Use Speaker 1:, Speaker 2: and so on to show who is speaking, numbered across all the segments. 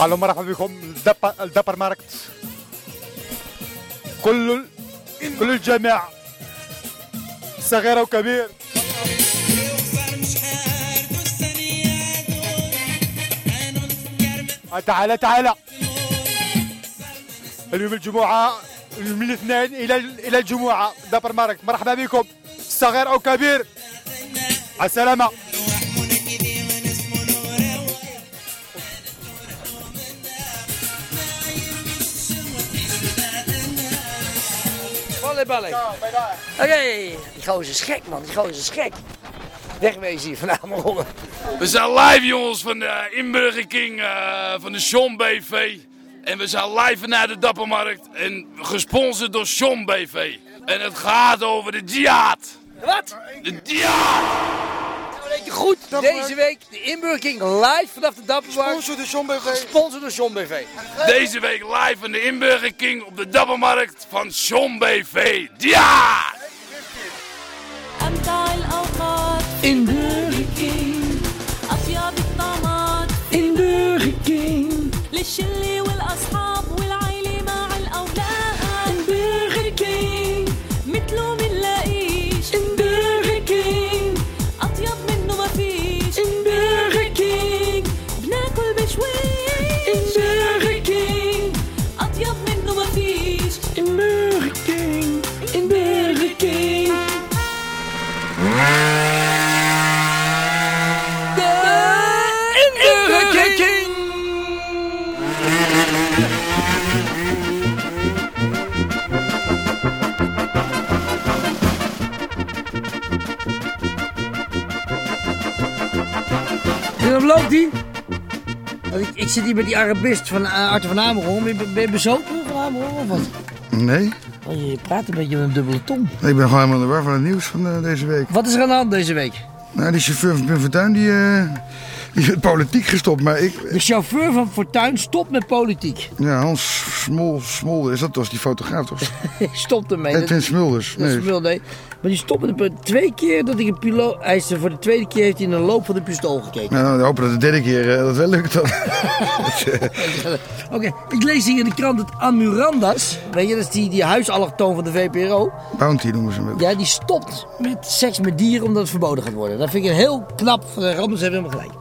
Speaker 1: اهلا ومرحبا بكم الدبر, الدبر ماركت كل ال- كل الجميع صغير وكبير آه، تعال تعال اليوم الجمعة من الاثنين إلى إلى الجمعة دبر ماركت مرحبا بكم صغير أو كبير على السلامة
Speaker 2: Volle ballen. Oké. Die gozer is gek, man. Die gozer is gek. Wegwezen hier vanavond, jongen.
Speaker 3: We zijn live jongens van de Inburger King, eh, van de Sean BV. En we zijn live vanuit de Dappermarkt en gesponsord door Sean BV. En het gaat over de jihad.
Speaker 2: Wat?
Speaker 3: De jihad!
Speaker 2: Nou, weet je goed. Deze week de inburking live vanaf de Dappermarkt.
Speaker 4: Sponsor de Somberg.
Speaker 2: Gesponsord door John BV.
Speaker 3: Deze week live van de Inburger King op de Dappermarkt van Sean BV. Jihad!
Speaker 5: أمتع الأوقات
Speaker 2: In
Speaker 5: أطيب الطعمات
Speaker 2: Inburger King.
Speaker 5: للشلة والأصحاب والعيلة مع الأولاد Burger King متلو منلاقيش Burger King أطيب منه مفيش Burger King بناكل بشويش Burger King أطيب منه مفيش Burger King Burger King
Speaker 2: Inburger King. En dan loopt hij. Ik, ik zit hier met die Arabist van eh, Arthur van Amerongen. Ben, je- ben je bezopen van Amerongen of wat?
Speaker 4: Nee,
Speaker 2: Oh, je praat een beetje met een dubbele tong.
Speaker 4: ik ben gewoon helemaal in de war van het nieuws van eh, deze week.
Speaker 2: Wat is er aan de hand deze week?
Speaker 4: Nou, die chauffeur van Pim Fortuyn, die, eh, die is met politiek gestopt. Maar ik,
Speaker 2: De chauffeur van Fortuin stopt met politiek.
Speaker 4: ja, Hans Smol, Smol is dat toch, die fotograaf toch?
Speaker 2: stopt ermee. Dat-
Speaker 4: Edwin Smulders.
Speaker 2: Dat is
Speaker 4: Nee.
Speaker 2: wel nee. Maar die stopt met de twee keer dat ik een piloot. Hij is er voor de tweede keer heeft hij in de loop van de pistool gekeken.
Speaker 4: Nou, we hopen dat de derde keer eh, dat wel lukt dan. eh,
Speaker 2: Oké, ik lees hier in de krant dat Amurandas, weet je, dat is die, die huisallochtoon van de VPRO.
Speaker 4: Bounty noemen ze hem. wel.
Speaker 2: Ja, die stopt met seks met dieren omdat het verboden gaat worden. Dat vind ik een heel knap. eh, Anders hebben we hem gelijk.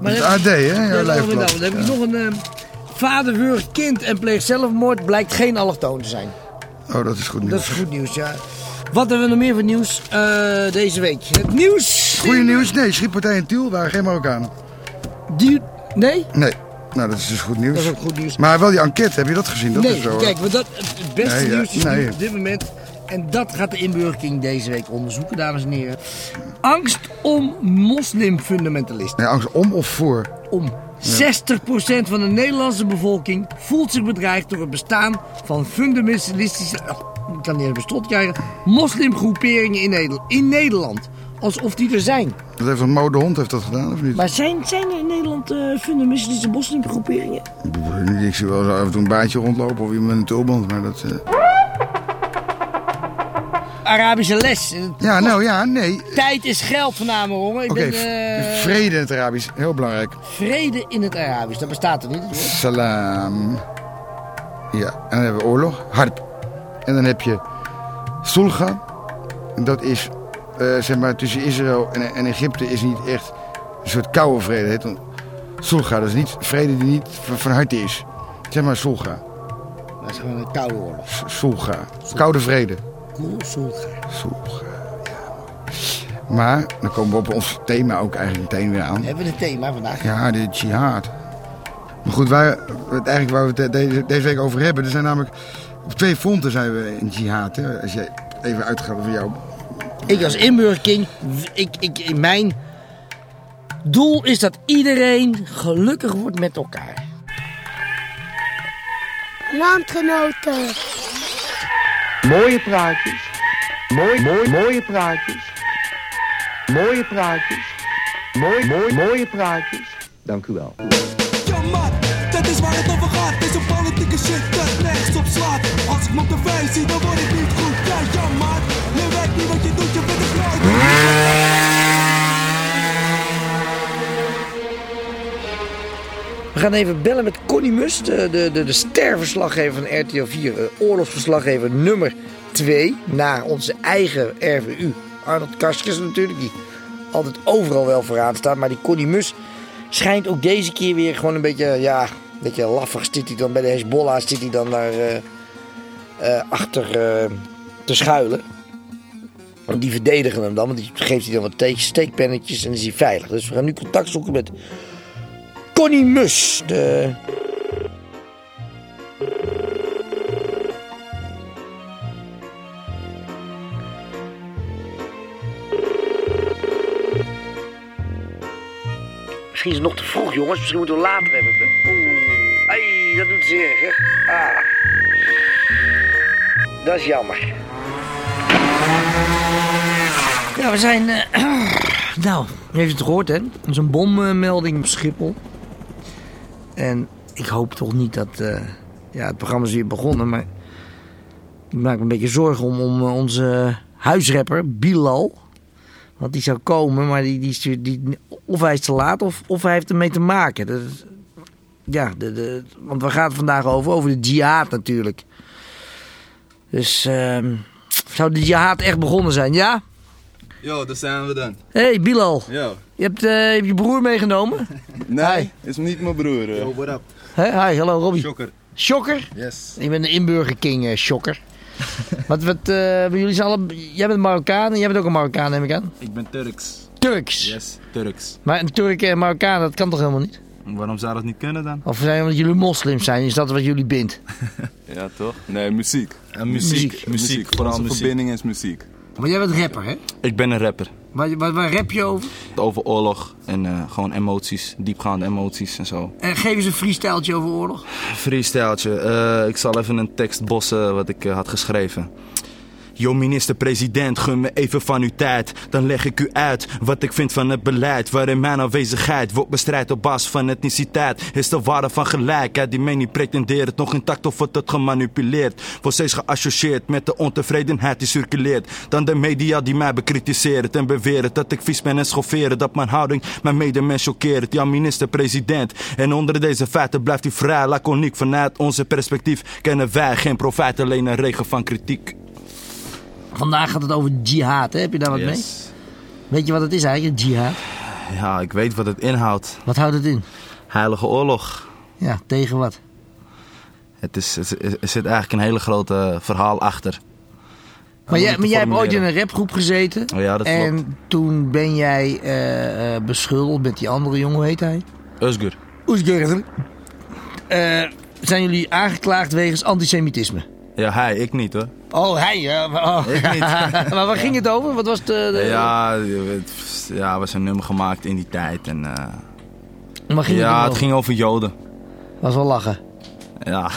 Speaker 2: Maar
Speaker 4: Het
Speaker 2: dan-
Speaker 4: AD, hè?
Speaker 2: Ja,
Speaker 4: Ja,
Speaker 2: dat is nog een-
Speaker 4: lijfblad.
Speaker 2: Dan heb ik
Speaker 4: Ja.
Speaker 2: nog een. eh, vader wurgt kind en pleegt zelfmoord, blijkt geen allochtoon te zijn.
Speaker 4: Oh, dat is goed
Speaker 2: Dat
Speaker 4: nieuws.
Speaker 2: is goed nieuws, ja. Wat hebben we nog meer voor nieuws eh, deze week? Het nieuws.
Speaker 4: Goeie nieuws? Nee, schietpartij in Tiel waren geen Marokkanen.
Speaker 2: Die... Nee?
Speaker 4: Nee. Nou, dat is dus goed nieuws.
Speaker 2: Dat is ook goed nieuws.
Speaker 4: Maar wel die enquête, heb je dat gezien? Dat
Speaker 2: nee,
Speaker 4: is zo.
Speaker 2: kijk, want dat, het het beste
Speaker 4: Nee, ja,
Speaker 2: nieuws is
Speaker 4: nee.
Speaker 2: nu op dit moment. En dat gaat de inburgering deze week onderzoeken, dames en heren. Angst om moslimfundamentalisten.
Speaker 4: Nee, angst om of voor?
Speaker 2: Om. 60% van de Nederlandse bevolking voelt zich bedreigd door het bestaan van fundamentalistische. Oh, ik kan niet eens bestot krijgen. Moslimgroeperingen in Nederland. In Nederland. Alsof die er zijn.
Speaker 4: Dat heeft een mode hond heeft dat gedaan, of niet?
Speaker 2: Maar zijn, zijn er in Nederland eh, fundamentalistische moslimgroeperingen?
Speaker 4: Ik zie wel af en toe een baantje rondlopen of iemand in een tulband, maar dat... eh,
Speaker 2: Arabische les. eh,
Speaker 4: Ja, nou ja, nee. Oké,
Speaker 2: Tijd is geld van Amerongen. Ik ben, eh,
Speaker 4: v- vrede in het Arabisch, heel belangrijk.
Speaker 2: vrede in het Arabisch. Dat bestaat er niet. het woord.
Speaker 4: Salam. Ja, en dan hebben we oorlog, harp. En dan heb je sulga. En Dat is, eh, zeg maar, tussen Israël en, en Egypte is niet echt een soort koude vrede. Het heet dan sulga, dat is niet vrede die niet van, van harte is. Zeg maar sulga,
Speaker 2: Dat is gewoon een koude oorlog.
Speaker 4: S- sulga. Koude vrede.
Speaker 2: Koel, solga.
Speaker 4: Soepig, ja. Maar, dan komen we op ons thema ook eigenlijk meteen weer aan.
Speaker 2: We hebben een thema vandaag.
Speaker 4: Ja, de jihad. Maar goed, wij, het eigenlijk waar we het de- deze, deze week over hebben, er zijn namelijk op twee fronten zijn we in jihad. Hè? Als je even uitgaat van jou.
Speaker 2: Ik als inburgering, w- ik, ik, in mijn doel is dat iedereen gelukkig wordt met elkaar.
Speaker 6: Landgenoten.
Speaker 7: Mooie praatjes. Mooi, mooi, mooie praatjes. Mooie praatjes. Mooi, mooi, mooie praatjes. Dank u wel.
Speaker 8: Ja, maar dat is waar het over gaat. Deze politieke shit dat rechts op slaat. Als ik me op de vijf zie, dan word ik niet goed. Ja, ja, maar je weet niet wat je doet, je bent een groot.
Speaker 2: We We gaan even bellen met Connie Mus, de, de, de, de sterverslaggever van RTL 4. eh, oorlogsverslaggever nummer 2. Na onze eigen RVU. Arnold Karskens natuurlijk, die altijd overal wel vooraan staat. Maar die Connie Mus schijnt ook deze keer weer gewoon een beetje, ja... Een beetje laffig zit hij dan bij de Hezbollah, zit hij dan daar eh, eh, achter eh, te schuilen. Want die verdedigen hem dan, want die geeft hij dan wat te- steekpennetjes en is hij veilig. Dus we gaan nu contact zoeken met Connie Mus. De... Misschien is het nog te vroeg, jongens. Misschien moeten we later even. Oeh, ai, dat doet zeer, zeg. Ah. Dat is jammer. Ja, we zijn. eh, nou, u heeft het gehoord, hè? Er is een bommelding op Schiphol. En ik hoop toch niet dat. eh, ja, het programma is weer begonnen, maar. Ik maak me een beetje zorgen om, om eh, onze huisrapper, Bilal. Want die zou komen, maar die, die, stuurt- die, of hij is te laat of, of hij heeft ermee te maken. Dat is- ja, de, de, want we gaan het vandaag over, over de jihad natuurlijk. Dus ehm, zou de jihad echt begonnen zijn, ja?
Speaker 9: Yo, daar zijn we dan.
Speaker 2: hey, Bilal.
Speaker 9: Yo.
Speaker 2: Je hebt, eh, je hebt je broer meegenomen.
Speaker 9: Nee, is niet mijn broer. eh. hoor.
Speaker 10: what up?
Speaker 2: Hé, hi, hallo Robbie. Shocker?
Speaker 10: Yes.
Speaker 2: Ik ben de Inburger King eh, shocker. wat, wat, eh, bij jullie zijn alle... Jij bent Marokkaan en jij bent ook een Marokkaan, neem ik aan.
Speaker 10: Ik ben Turks.
Speaker 2: Turks.
Speaker 10: Yes, Turks.
Speaker 2: Maar een Turk en Marokkaan, dat kan toch helemaal niet?
Speaker 10: Waarom zou dat niet kunnen dan?
Speaker 2: Of zijn omdat jullie moslims zijn, is dat wat jullie bindt?
Speaker 9: Ja, toch? Nee, muziek.
Speaker 10: En
Speaker 2: muziek.
Speaker 10: Muziek, vooral
Speaker 9: Onze
Speaker 10: muziek.
Speaker 9: verbinding is muziek.
Speaker 2: Maar jij bent rapper, hè?
Speaker 10: Ik ben een rapper.
Speaker 2: Waar, waar, waar rap je over?
Speaker 10: Over oorlog en eh, gewoon emoties, diepgaande emoties en zo.
Speaker 2: En geef eens een freestyletje over oorlog.
Speaker 10: Freestyletje. Eh, ik zal even een tekst bossen wat ik eh, had geschreven. Yo minister-president, gun me even van uw tijd. Dan leg ik u uit wat ik vind van het beleid. Waarin mijn aanwezigheid wordt bestrijd op basis van etniciteit. Is de waarde van gelijkheid die men niet pretendeert. Nog intact of wordt het gemanipuleerd. Wordt steeds geassocieerd met de ontevredenheid die circuleert. Dan de media die mij bekritiseert en beweren dat ik vies ben en schofferen. Dat mijn houding mijn medemens choqueert. Ja, minister-president. En onder deze feiten blijft u vrij. Laconiek vanuit onze perspectief kennen wij geen profijt, alleen een regen van kritiek.
Speaker 2: Vandaag gaat het over jihad, hè? Heb je daar wat mee?
Speaker 10: Yes.
Speaker 2: Weet je wat het is eigenlijk, jihad?
Speaker 10: Ja, ik weet wat het inhoudt.
Speaker 2: Wat houdt het in?
Speaker 10: Heilige oorlog.
Speaker 2: Ja, tegen wat?
Speaker 10: Het is, het, er zit eigenlijk een hele grote verhaal achter.
Speaker 2: Maar jij, maar jij hebt ooit in
Speaker 10: formuleren.
Speaker 2: een rapgroep gezeten.
Speaker 10: Oh ja, dat
Speaker 2: en
Speaker 10: klopt.
Speaker 2: toen ben jij eh, eh, beschuldigd met die andere jongen, hoe heet hij?
Speaker 10: Özgür.
Speaker 2: Oesgerder. Eh, zijn jullie aangeklaagd wegens antisemitisme?
Speaker 10: Ja, hij, ik niet hoor.
Speaker 2: Oh, hij. ja. oh.
Speaker 10: Ik niet.
Speaker 2: maar waar ging het over? Wat was de... de-
Speaker 10: Ja, het, ja, er was een nummer gemaakt in die tijd. En, eh,
Speaker 2: Waar ging
Speaker 10: ja,
Speaker 2: het
Speaker 10: het
Speaker 2: ging...
Speaker 10: ging over Joden.
Speaker 2: was wel lachen.
Speaker 10: Ja,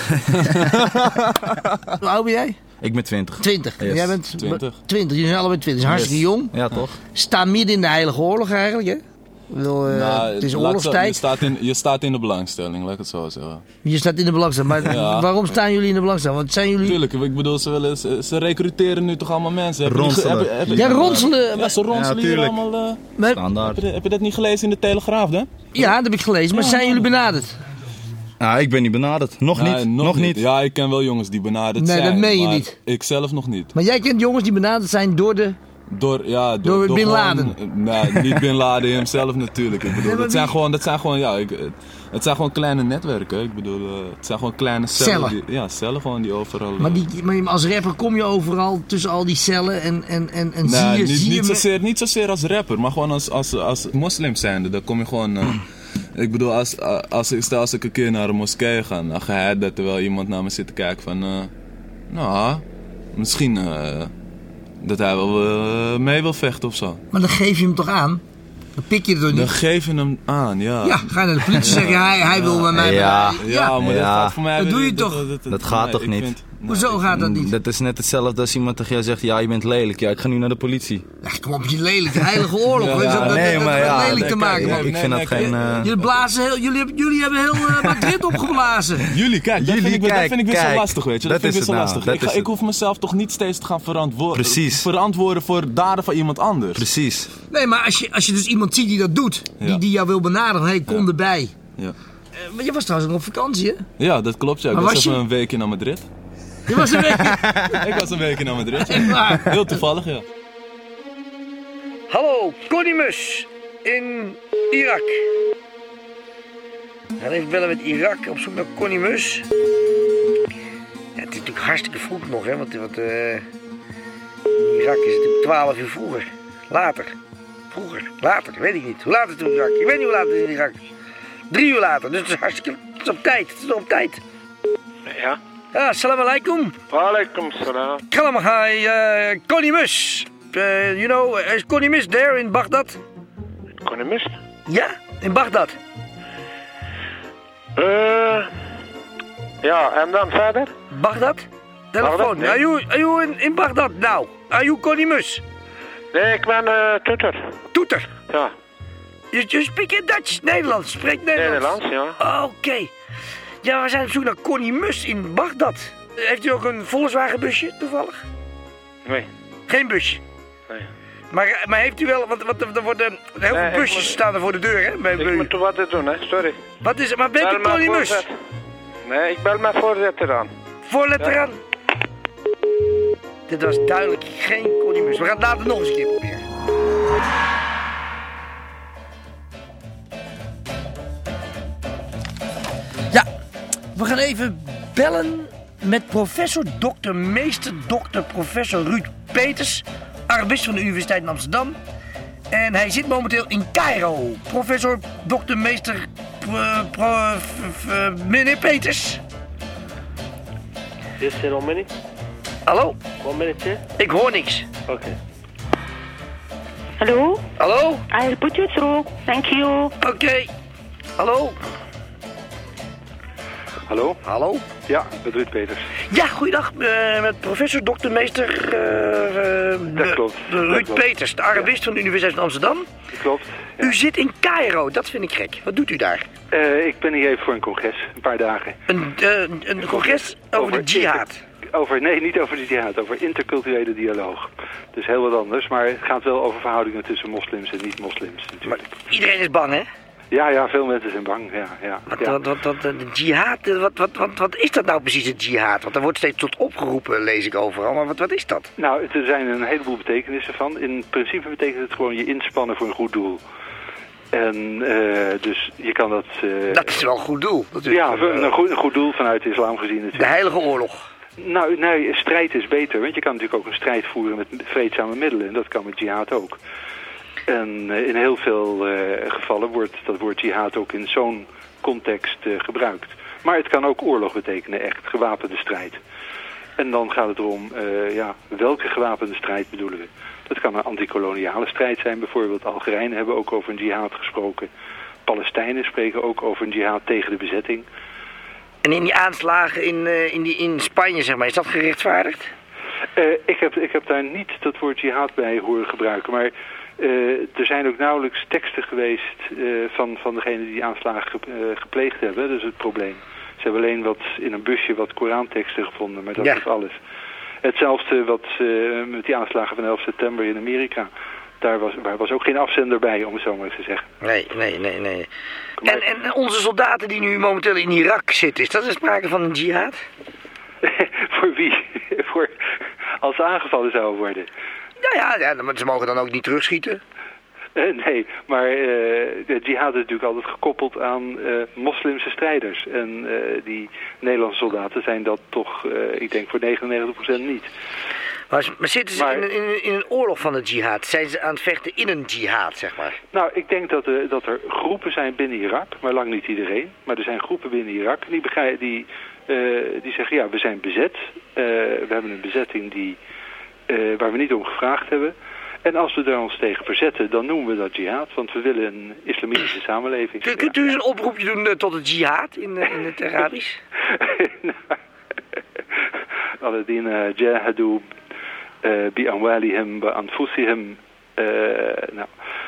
Speaker 2: Hoe oud ben jij?
Speaker 10: ik ben 20.
Speaker 2: 20.
Speaker 10: Yes,
Speaker 2: jij bent
Speaker 10: 20.
Speaker 2: 20. Jullie zijn allebei 20. Hartstikke jong.
Speaker 10: Ja, toch?
Speaker 2: Staan midden in de Heilige Oorlog eigenlijk, hè? Ik bedoel, eh,
Speaker 9: Nou, laat
Speaker 2: het is
Speaker 9: ik zo- Je
Speaker 2: oorlogstijd.
Speaker 9: staat, in, je staat in de belangstelling, laat ik het zo zeggen.
Speaker 2: Je staat in de belangstelling. Maar
Speaker 9: Ja.
Speaker 2: waarom staan jullie in de belangstelling? Want zijn jullie...
Speaker 9: Tuurlijk, ik bedoel, ze, willen, ze, ze recruteren nu toch allemaal mensen. Heb je niet ge-
Speaker 10: Ronselen.
Speaker 9: heb je- heb je-
Speaker 2: Ja, ronselen.
Speaker 9: Ja, ze ronselen hier
Speaker 10: Ja, tuurlijk.
Speaker 9: allemaal. eh.
Speaker 2: Maar-
Speaker 9: heb,
Speaker 10: Standaard.
Speaker 9: je, heb je dat niet gelezen in de Telegraaf dan?
Speaker 2: Ja, dat heb ik gelezen. Maar zijn jullie benaderd?
Speaker 9: Ah,
Speaker 10: Nou, ik ben niet benaderd. Nog
Speaker 9: Nee,
Speaker 10: niet. Nog, niet.
Speaker 9: Ja, ik ken wel jongens die benaderd
Speaker 2: Nee,
Speaker 9: zijn.
Speaker 2: dat meen je
Speaker 9: maar
Speaker 2: niet.
Speaker 9: Ik zelf nog niet.
Speaker 2: Maar jij kent jongens die benaderd zijn door de...
Speaker 9: Door, ja, door,
Speaker 2: Door Bin
Speaker 9: gewoon-
Speaker 2: Laden.
Speaker 9: nee, niet Bin Laden hemzelf natuurlijk. Ik bedoel,
Speaker 2: maar
Speaker 9: dat, zijn
Speaker 2: wie-
Speaker 9: gewoon, dat zijn gewoon, ja, ik, het- het zijn gewoon kleine netwerken. Ik bedoel, eh, het zijn gewoon kleine cellen.
Speaker 2: Cellen.
Speaker 9: die- ja, cellen gewoon die overal... eh,
Speaker 2: Maar, die, maar als rapper kom je overal tussen al die cellen en, en, en, en
Speaker 9: nee,
Speaker 2: zie je...
Speaker 9: niet,
Speaker 2: zie je
Speaker 9: niet,
Speaker 2: me-
Speaker 9: zozeer, niet zozeer als rapper, maar gewoon als, als, als moslim zijnde. Dan kom je gewoon... eh, ik bedoel, als, als, ik, stel als ik een keer naar een moskee ga, dan ga hij dat terwijl iemand naar me zit te kijken van... eh, nou, misschien eh, dat hij wel eh, mee wil vechten of zo.
Speaker 2: Maar dan geef je hem toch aan? Dan pik je er toch
Speaker 9: Dan
Speaker 2: niet?
Speaker 9: geef je hem aan, ja.
Speaker 2: Ja, ga je naar de politie zeggen, hij, hij wil bij mij...
Speaker 10: Ja.
Speaker 2: Ja.
Speaker 9: Ja, maar dat
Speaker 10: Ja.
Speaker 9: gaat voor mij...
Speaker 2: Dat
Speaker 9: weer-
Speaker 2: doe je toch?
Speaker 10: Dat gaat toch
Speaker 9: ik
Speaker 10: niet? Mm,
Speaker 9: nee,
Speaker 2: Hoezo
Speaker 9: ik-
Speaker 2: gaat dat niet?
Speaker 10: Dat is net hetzelfde als iemand tegen jou zegt: Ja, je bent lelijk. Ja, ik ga nu naar de politie.
Speaker 2: Ja, kom op, je lelijke heilige oorlog.
Speaker 9: Ja,
Speaker 2: is dat,
Speaker 9: ja,
Speaker 2: dat-
Speaker 10: nee,
Speaker 2: dat-
Speaker 10: maar
Speaker 2: dat
Speaker 10: ja,
Speaker 2: lelijk
Speaker 10: nee,
Speaker 2: te
Speaker 10: kijk,
Speaker 2: maken,
Speaker 10: nee,
Speaker 2: man.
Speaker 10: ik
Speaker 9: Nee,
Speaker 10: vind
Speaker 9: nee,
Speaker 10: dat geen.
Speaker 9: kijk,
Speaker 10: eh,
Speaker 2: Jullie, blazen heel, jullie, hebben- jullie hebben heel eh, Madrid opgeblazen.
Speaker 9: Jullie, kijk, dat
Speaker 10: Jullie,
Speaker 9: vind ik, weer- dat
Speaker 10: kijk,
Speaker 9: vind ik weer zo
Speaker 10: kijk.
Speaker 9: lastig, weet je. Dat,
Speaker 10: Dat
Speaker 9: vind ik
Speaker 10: is
Speaker 9: weer zo
Speaker 10: het
Speaker 9: lastig.
Speaker 10: nou, dat
Speaker 9: Ik, ga-
Speaker 10: is
Speaker 9: ik
Speaker 10: het.
Speaker 9: hoef mezelf toch niet steeds te gaan verantwoorden.
Speaker 10: Precies.
Speaker 9: Verantwoorden voor daden van iemand anders.
Speaker 10: precies.
Speaker 2: Nee, maar als je, als je dus iemand ziet die dat doet, die,
Speaker 9: Ja.
Speaker 2: die jou wil benaderen, hey, kom erbij.
Speaker 9: Ja.
Speaker 2: Eh, Maar je was trouwens nog op vakantie, hè?
Speaker 9: Ja, dat klopt. Ja. Ik
Speaker 2: Maar
Speaker 9: was,
Speaker 2: was
Speaker 9: even
Speaker 2: je-
Speaker 9: een weekje naar Madrid.
Speaker 2: Je was een week...
Speaker 9: ik was een weekje naar Madrid. ja.
Speaker 2: Echt waar?
Speaker 9: Heel toevallig, ja.
Speaker 2: Hallo, Connie Mus in Irak. Dan even bellen met Irak op zoek naar Connie Mus. Ja, het is natuurlijk hartstikke vroeg nog, hè? Want, want eh, in Irak is het natuurlijk 12 uur vroeger. Later. Vroeger. Later. Weet ik niet. Hoe laat is het in Irak? Ik weet niet hoe laat het is in Irak. Drie uur later. Dus het is hartstikke. Het is op tijd. Het is nog op tijd.
Speaker 11: Ja.
Speaker 2: Ja, salam alaikum.
Speaker 11: Waalaikum salam.
Speaker 2: Kalm, hi, uh, Connie Mus. Eh, you know, is Connie Mus there in Baghdad?
Speaker 11: Connie Mus?
Speaker 2: Ja, in Baghdad.
Speaker 11: Eh, ja, en dan verder?
Speaker 2: Baghdad? Telefoon.
Speaker 11: Baghdad,
Speaker 2: Are,
Speaker 11: nee.
Speaker 2: you, are you in, in Baghdad now? Are you Connie Mus?
Speaker 11: Nee, ik ben eh tutor.
Speaker 2: Toeter.
Speaker 11: Ja,
Speaker 2: You, you speak in Dutch? Nederlands. Spreek Nederlands.
Speaker 11: Nederlands, ja.
Speaker 2: Ah, Oké. Ja, we zijn op zoek naar Connie Mus in Baghdad. Heeft u ook een Volkswagen busje toevallig?
Speaker 11: Nee.
Speaker 2: Geen busje.
Speaker 11: Nee.
Speaker 2: Maar, maar heeft u wel, want, want er worden
Speaker 11: Nee,
Speaker 2: heel veel
Speaker 11: ik
Speaker 2: busjes
Speaker 11: moet-
Speaker 2: staan er voor de deur, hè? bij- bij
Speaker 11: Ik
Speaker 2: u.
Speaker 11: moet toch wat doen, hè? Sorry.
Speaker 2: Wat is het? Maar bent u
Speaker 11: maar
Speaker 2: Connie Mus?
Speaker 11: voorzitter. Nee, ik bel mijn voorzitter aan.
Speaker 2: Voorletter aan. Dit was duidelijk geen Connie Mus. We gaan het later nog eens een keer proberen. Ja, we gaan even bellen met professor, dokter, meester, dokter, professor Ruud Peters, arabist van de Universiteit in Amsterdam. En hij zit momenteel in Cairo. Professor, dokter, meester, pro- pro- f- f- meneer Peters.
Speaker 12: Yes, sir, how many?
Speaker 2: Hallo?
Speaker 12: One minute, sir.
Speaker 2: Ik hoor niks.
Speaker 12: Okay.
Speaker 13: Hallo?
Speaker 2: Hallo?
Speaker 13: I'll Oh, put you through. Thank you.
Speaker 2: Oké. Hallo?
Speaker 14: Hallo?
Speaker 2: Hallo?
Speaker 14: Ja, met Ruud Peters.
Speaker 2: Ja, goeiedag. eh, met professor, dokter, meester... eh, eh, de-
Speaker 14: klopt,
Speaker 2: de
Speaker 14: dat
Speaker 2: Ruud
Speaker 14: klopt.
Speaker 2: Peters, de Arabist van de Universiteit van Amsterdam.
Speaker 14: Dat klopt.
Speaker 2: U zit in Cairo, dat vind ik gek. Wat doet u daar?
Speaker 14: Eh, ik ben hier even voor een congres, een paar dagen.
Speaker 2: Een, eh, een, een congres over, de jihad.
Speaker 14: Over, nee, niet over de jihad, over interculturele dialoog. Dus heel wat anders, maar het gaat wel over verhoudingen tussen moslims en niet-moslims natuurlijk.
Speaker 2: Iedereen is bang, hè?
Speaker 14: Ja, ja, veel mensen zijn bang, ja, ja.
Speaker 2: Wat,
Speaker 14: ja.
Speaker 2: wat, wat, wat, eh, de jihad, eh, wat, wat, wat, wat is dat nou precies, het jihad? Want er wordt steeds tot opgeroepen, lees ik overal. Maar wat, wat is dat?
Speaker 14: Nou, er zijn een heleboel betekenissen van. In principe betekent het gewoon je inspannen voor een goed doel. En eh, dus je kan dat... eh,
Speaker 2: Dat is wel een goed doel. natuurlijk.
Speaker 14: ja, een goed, een goed doel vanuit de islam gezien natuurlijk.
Speaker 2: De heilige oorlog.
Speaker 14: Nou, nee, strijd is beter. Want je kan natuurlijk ook een strijd voeren met vreedzame middelen. En dat kan met jihad ook. En eh, in heel veel eh, gevallen wordt dat woord jihad ook in zo'n context eh, gebruikt. Maar het kan ook oorlog betekenen, echt. Gewapende strijd. En dan gaat het erom, eh, ja, welke gewapende strijd bedoelen we? Dat kan een antikoloniale strijd zijn bijvoorbeeld. Algerijnen hebben ook over een jihad gesproken. Palestijnen spreken ook over een jihad tegen de bezetting.
Speaker 2: En in die aanslagen in, eh, in, die, in Spanje, zeg maar, is dat gerechtvaardigd?
Speaker 14: Eh, ik, heb, ik heb daar niet dat woord jihad bij horen gebruiken. Maar eh, er zijn ook nauwelijks teksten geweest eh, van, van degenen die die aanslagen ge- eh, gepleegd hebben. Dat is het probleem. Ze hebben alleen wat in een busje wat Koranteksten gevonden, maar dat
Speaker 15: Ja.
Speaker 14: is alles. Hetzelfde wat eh, met die aanslagen van 11 september in Amerika. Daar was, waar was ook geen afzender bij, om het zo maar eens te zeggen.
Speaker 2: Nee, nee, nee, nee. En, en onze soldaten die nu momenteel in Irak zitten, is dat een sprake van een jihad?
Speaker 14: Voor wie? Voor, als ze aangevallen zouden worden.
Speaker 2: Nou ja, ja, maar ze mogen dan ook niet terugschieten.
Speaker 14: Eh, nee, maar eh, de jihad is natuurlijk altijd gekoppeld aan eh, moslimse strijders. En eh, die Nederlandse soldaten zijn dat toch, eh, ik denk voor 99% niet.
Speaker 2: Maar, maar zitten ze in, een- in, een- in een oorlog van een jihad? Zijn ze aan het vechten in een jihad, zeg maar?
Speaker 14: Nou, ik denk dat, eh, dat er groepen zijn binnen Irak, maar lang niet iedereen. Maar er zijn groepen binnen Irak die, begrijpen, die, eh, die zeggen, ja, we zijn bezet. Eh, we hebben een bezetting die, eh, waar we niet om gevraagd hebben. En als we daar ons tegen verzetten, dan noemen we dat jihad. Want we willen een islamitische samenleving.
Speaker 2: Kun- Kunt u eens een oproepje doen eh, tot het jihad in, eh, in het Arabisch?
Speaker 14: الذين جاهدوا eh, بأموالهم وأنفسهم eh, nou,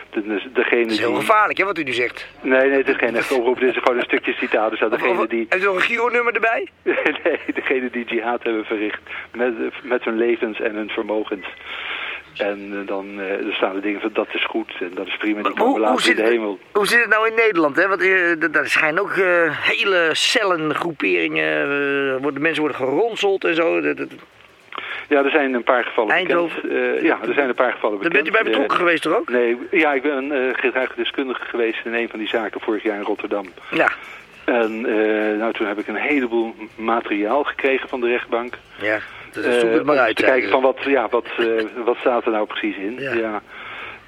Speaker 14: dit is degene
Speaker 2: Dat is heel
Speaker 14: die...
Speaker 2: gevaarlijk, hè, wat u nu zegt.
Speaker 14: Nee, nee, dit is geen echt oproep. Dit is gewoon een stukje citaat. Dus dat degene die...
Speaker 2: Heeft u nog een Giro-nummer erbij?
Speaker 14: Nee, degene die jihad hebben verricht met, met hun levens en hun vermogens. En eh, dan eh, dan staan er dingen van dat is goed en dat is prima, die
Speaker 2: hoe-
Speaker 14: komen
Speaker 2: hoe
Speaker 14: later
Speaker 2: zit
Speaker 14: in de
Speaker 2: het-
Speaker 14: hemel.
Speaker 2: Hoe zit het nou in Nederland? Hè? Want eh, d- daar schijnen ook eh, hele cellen, groeperingen, eh, worden, mensen worden geronseld en zo. Dat, dat-
Speaker 14: Ja, er zijn een paar gevallen
Speaker 2: Eindhoven?
Speaker 14: bekend. Eh, ja, er zijn een paar gevallen
Speaker 2: Daar
Speaker 14: bekend.
Speaker 2: bent u bij betrokken
Speaker 14: Eh,
Speaker 2: geweest, toch ook?
Speaker 14: Nee, ja, ik ben eh getuige deskundige geweest in een van die zaken vorig jaar in Rotterdam.
Speaker 2: Ja.
Speaker 14: En eh, nou, toen heb ik een heleboel materiaal gekregen van de rechtbank.
Speaker 2: Ja, dus
Speaker 14: Eh,
Speaker 2: zoek het maar
Speaker 14: om
Speaker 2: uit.
Speaker 14: Te kijken van
Speaker 2: eigenlijk.
Speaker 14: wat, ja, wat, eh, wat staat er nou precies in. Ja.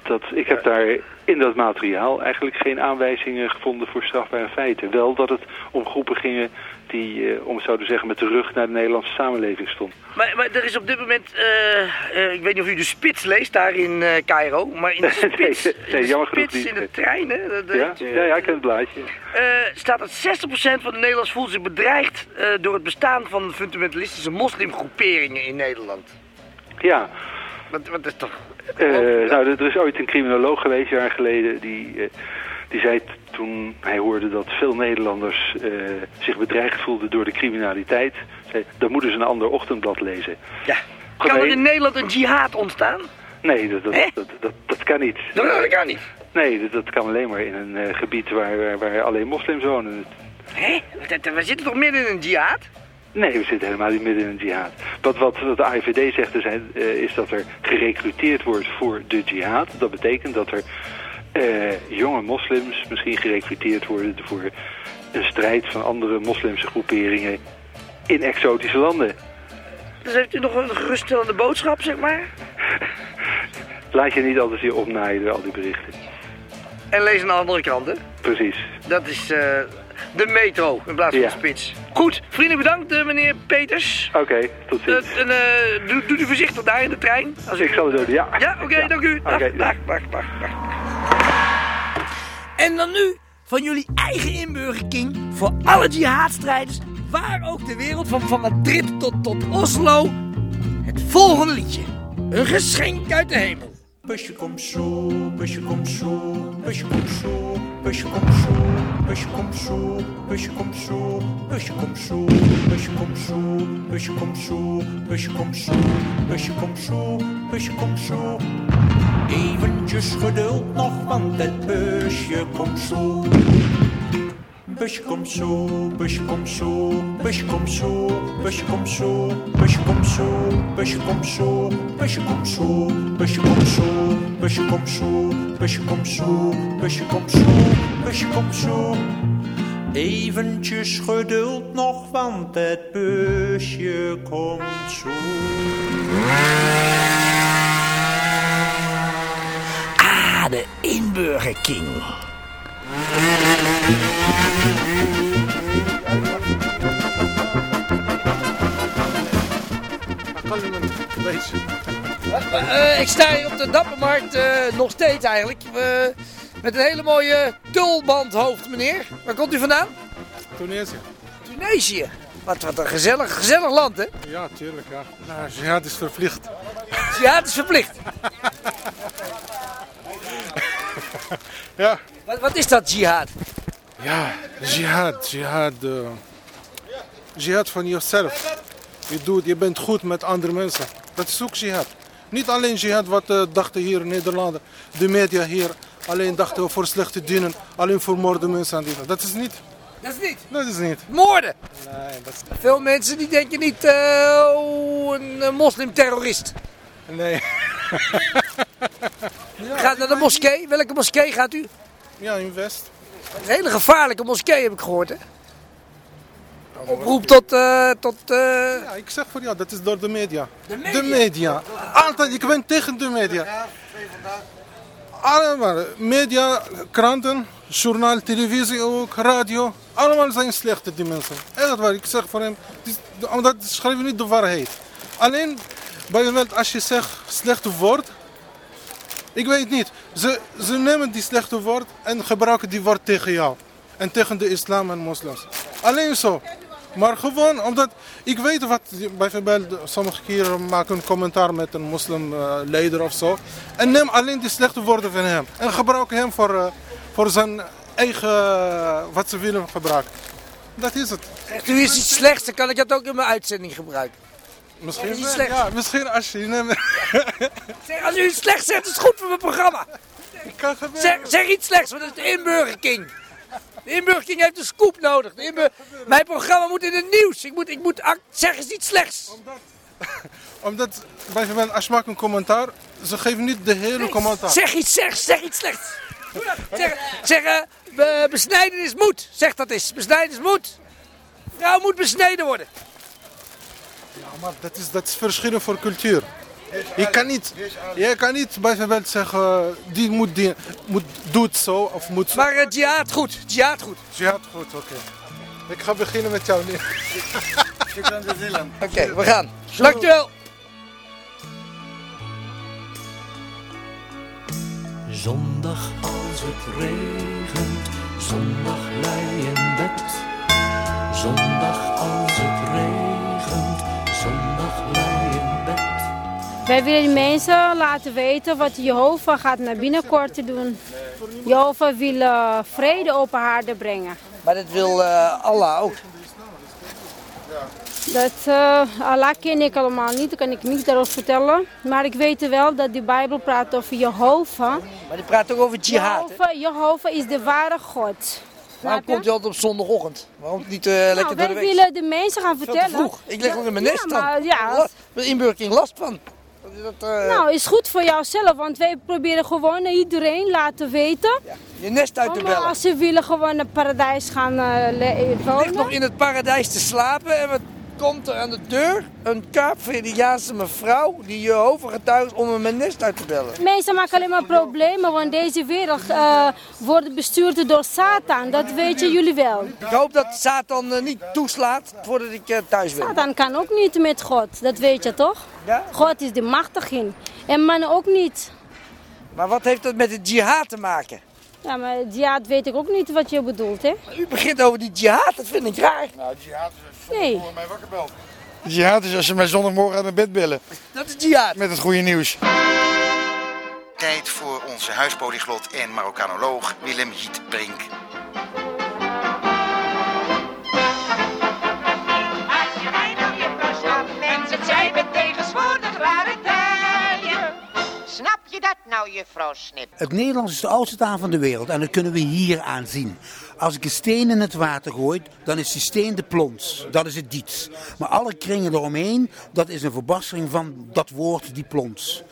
Speaker 14: dat, ik heb daar in dat materiaal eigenlijk geen aanwijzingen gevonden voor strafbare feiten. Wel dat het om groepen gingen die, eh, om het zo te zeggen, met de rug naar de Nederlandse samenleving stonden.
Speaker 2: Maar, maar er is op dit moment, eh, eh, ik weet niet of u de spits leest daar in eh Cairo, maar in de spits,
Speaker 14: Nee,
Speaker 2: in, de
Speaker 14: jammer genoeg
Speaker 2: spits in
Speaker 14: niet.
Speaker 2: de trein, hè, dat- dat-
Speaker 14: Ja? Ja, ja, ik ken het blaadje.
Speaker 2: eh, staat dat 60% van de Nederlanders voelt zich bedreigd eh, door het bestaan van fundamentalistische moslimgroeperingen in Nederland.
Speaker 14: Ja.
Speaker 2: Wat, wat is toch... Oh.
Speaker 14: Eh, nou, er, er is ooit een criminoloog geweest, jaar geleden, die, eh, die zei t- toen hij hoorde dat veel Nederlanders eh, zich bedreigd voelden door de criminaliteit, zei, dan moeten ze een ander ochtendblad lezen.
Speaker 2: Ja. Kan er in Nederland een jihad ontstaan?
Speaker 14: Nee, dat, dat,
Speaker 2: Hè?
Speaker 14: dat, dat, dat kan niet.
Speaker 2: Dat, dat kan niet.
Speaker 14: Nee, dat, dat kan alleen maar in een eh, gebied waar, waar, waar alleen moslims wonen.
Speaker 2: Hé? Dat- dat- We zitten toch midden in een jihad?
Speaker 14: Nee, we zitten helemaal niet midden in een jihad. Wat, wat, wat de AIVD zegt er zijn, eh, is dat er gerecruiteerd wordt voor de jihad. Dat betekent dat er eh, jonge moslims misschien gerecruiteerd worden voor een strijd van andere moslimse groeperingen in exotische landen.
Speaker 2: Dus heeft u nog een geruststellende boodschap, zeg maar?
Speaker 14: Laat je niet altijd hier opnaaien door al die berichten.
Speaker 2: En lees een andere krant, hè?
Speaker 14: Precies.
Speaker 2: Dat is eh, de metro in plaats van
Speaker 14: Ja.
Speaker 2: de spits. Goed, vriendelijk bedankt, eh, meneer Peters.
Speaker 14: Oké, tot ziens.
Speaker 2: Eh, en, eh, doe- doet u voorzichtig daar in de trein. Als
Speaker 14: Ik zal het doen, ja.
Speaker 2: Ja, oké, dank u. Dag,
Speaker 14: Oké,
Speaker 2: dag, dag, dag, dag. En dan nu van jullie eigen inburgerking voor alle jihadstrijders, waar ook de wereld, van, van Madrid tot, tot Oslo. Het volgende liedje. Een geschenk uit de hemel.
Speaker 12: Pusje kom zo, pusje kom zo, pusje kom zo, pusje kom zo, pusje kom zo, pusje kom zo, pusje kom zo, pusje kom zo, pusje kom zo, pusje kom zo, pusje kom zo, pusje kom zo. Eventjes geduld nog, want het busje komt zo. Busje komt zo, busje komt zo, busje komt zo, busje komt zo, busje komt zo, busje komt zo, busje komt zo, busje komt zo, busje komt zo, busje komt zo, busje komt zo, busje komt zo. Eventjes geduld nog, want het busje komt zo.
Speaker 2: Ah, de inburgerking. Eh, ik sta hier op de Dappermarkt eh, nog steeds eigenlijk. eh, met een hele mooie tulbandhoofd, meneer. Waar komt u vandaan?
Speaker 15: Tunesië.
Speaker 2: Tunesië. Wat, wat een gezellig, gezellig land, hè?
Speaker 15: Ja, tuurlijk, ja. Nou, jihad is verplicht.
Speaker 2: Ja, het is verplicht.
Speaker 15: Ja.
Speaker 2: Wat, wat is dat jihad?
Speaker 15: Ja, jihad, jihad. eh, jihad van jezelf. Je, doet, je bent goed met andere mensen. Dat is ook jihad. Niet alleen jihad wat eh, dachten hier in Nederland, de media hier, alleen dachten voor slechte dingen, alleen voor moorden mensen aan die. Dat is niet.
Speaker 2: Dat is niet.
Speaker 15: Dat is niet.
Speaker 2: Moorden.
Speaker 15: Nee, dat is
Speaker 2: Veel mensen die denken niet, eh, oh, een eh, moslimterrorist.
Speaker 15: Nee.
Speaker 2: gaat naar de moskee. Welke moskee gaat u?
Speaker 15: Ja, in West.
Speaker 2: Een hele gevaarlijke moskee heb ik gehoord, hè?
Speaker 15: Nou,
Speaker 2: Oproep tot... eh, tot eh,
Speaker 15: Ja, ik zeg voor jou, dat is door de media. De
Speaker 2: media?
Speaker 15: Altijd, ik ben tegen de media. Allemaal, media, kranten, journaal, televisie ook, radio. Allemaal zijn slechte die mensen. Echt waar, ik zeg voor hem, het is- omdat ze schrijven niet de waarheid. Alleen, bijvoorbeeld als je zegt slechte woord, ik weet niet. Ze, ze nemen die slechte woord en gebruiken die woord tegen jou. En tegen de islam en moslims. Alleen zo. Maar gewoon omdat ik weet wat, bijvoorbeeld sommige keren maak ik een commentaar met een moslimleider leider of zo. En neem alleen die slechte woorden van hem. En gebruik hem voor, eh, voor zijn eigen, eh, wat ze willen gebruiken. Dat is het.
Speaker 2: Eh, Zegt u is iets slechts, dan kan ik dat ook in mijn uitzending gebruiken.
Speaker 15: Misschien,
Speaker 2: Is iets
Speaker 15: wel,
Speaker 2: slechts.
Speaker 15: ja, misschien als je... Nee, maar-
Speaker 2: Zeg, als u iets slechts zegt, is het goed voor mijn programma. Zeg, zeg iets slechts, want dat is de inburgerking. De inburgerking heeft een scoop nodig. De inbur- Mijn programma moet in het nieuws. Ik moet, ik moet act- zeg eens iets slechts.
Speaker 15: Omdat bijvoorbeeld als je maakt een commentaar, ze geven niet de hele commentaar.
Speaker 2: Zeg iets slechts, zeg iets slechts. Doe dat. Zeg, zeg eh, be- besnijden is moed. Zeg dat eens. Besnijden is moed. Vrouw moet besneden worden.
Speaker 15: Ja, Nou, maar dat is, dat is verschillen voor cultuur. Je kan niet, je kan niet bijvoorbeeld zeggen, die moet, die, moet doet zo of moet zo. Maar
Speaker 2: het jihad eh, goed, jihad goed.
Speaker 15: Jihad goed, oké. Ik ga beginnen met jou nu.
Speaker 2: Oké, we gaan. Dankjewel.
Speaker 16: Zondag als het regent, zondag lui in bed. Zondag als het regent, zondag lui in bed.
Speaker 17: Wij willen de mensen laten weten wat Jehovah gaat naar binnenkort te doen. Jehovah wil eh, vrede op aarde brengen.
Speaker 2: Maar dat wil eh, Allah ook.
Speaker 17: Dat eh, Allah ken ik allemaal niet, dat kan ik niet daarover vertellen. Maar ik weet wel dat de Bijbel praat over Jehovah.
Speaker 2: Maar die praat ook over jihad. hè?
Speaker 17: Jehovah, Jehovah is de ware God. Nou,
Speaker 2: Waarom komt hij altijd op zondagochtend? Waarom niet eh, lekker door
Speaker 17: wij
Speaker 2: de week?
Speaker 17: willen de mensen gaan
Speaker 2: Veel te
Speaker 17: vertellen.
Speaker 2: vroeg. Ik lig al in mijn
Speaker 17: Ja,
Speaker 2: nest
Speaker 17: maar
Speaker 2: dan.
Speaker 17: ja,
Speaker 2: La- De inburgering last van. Dat is Dat, eh,
Speaker 17: Nou, is goed voor jouzelf, want wij proberen gewoon iedereen laten weten.
Speaker 2: je nest uit te
Speaker 17: Om,
Speaker 2: bellen.
Speaker 17: eh, als ze willen gewoon naar het paradijs gaan eh, le-
Speaker 2: Je ligt
Speaker 17: wonen.
Speaker 2: nog in het paradijs te slapen en wat komt er aan de deur? Een Kaapverdiaanse mevrouw die Jehovah getuigt om hem mijn nest uit te bellen.
Speaker 17: Mensen maken alleen maar problemen, want deze wereld eh, wordt bestuurd door Satan. Dat weten jullie wel.
Speaker 2: Ik hoop dat Satan eh, niet toeslaat voordat ik eh, thuis ben.
Speaker 17: Satan kan ook niet met God, dat weet je toch? God is de machtig in. En mannen ook niet.
Speaker 2: Maar wat heeft dat met de jihad te maken?
Speaker 17: Ja, maar jihad weet ik ook niet wat je bedoelt, hè?
Speaker 2: U begint over die jihad, dat vind ik raar.
Speaker 4: Nou, jihad
Speaker 17: Nee.
Speaker 4: mij wakker belt. Jihad is als ze mij zondagmorgen uit mijn bed bellen.
Speaker 2: Dat is jihad.
Speaker 4: Met het goede nieuws.
Speaker 18: Tijd voor onze huispolyglot en Marokkanoloog Willem Hietbrink.
Speaker 19: Als je mij nou je pas snapt, mensen zijn we tegenwoordig rare tijden. Snap je dat nou, juffrouw Snip?
Speaker 20: Het Nederlands is de oudste taal van de wereld en dat kunnen we hier aan zien. Als ik een steen in het water gooi, dan is die steen de plons. Dat is het diets. Maar alle kringen eromheen, dat is een verbastering van dat woord, die plons.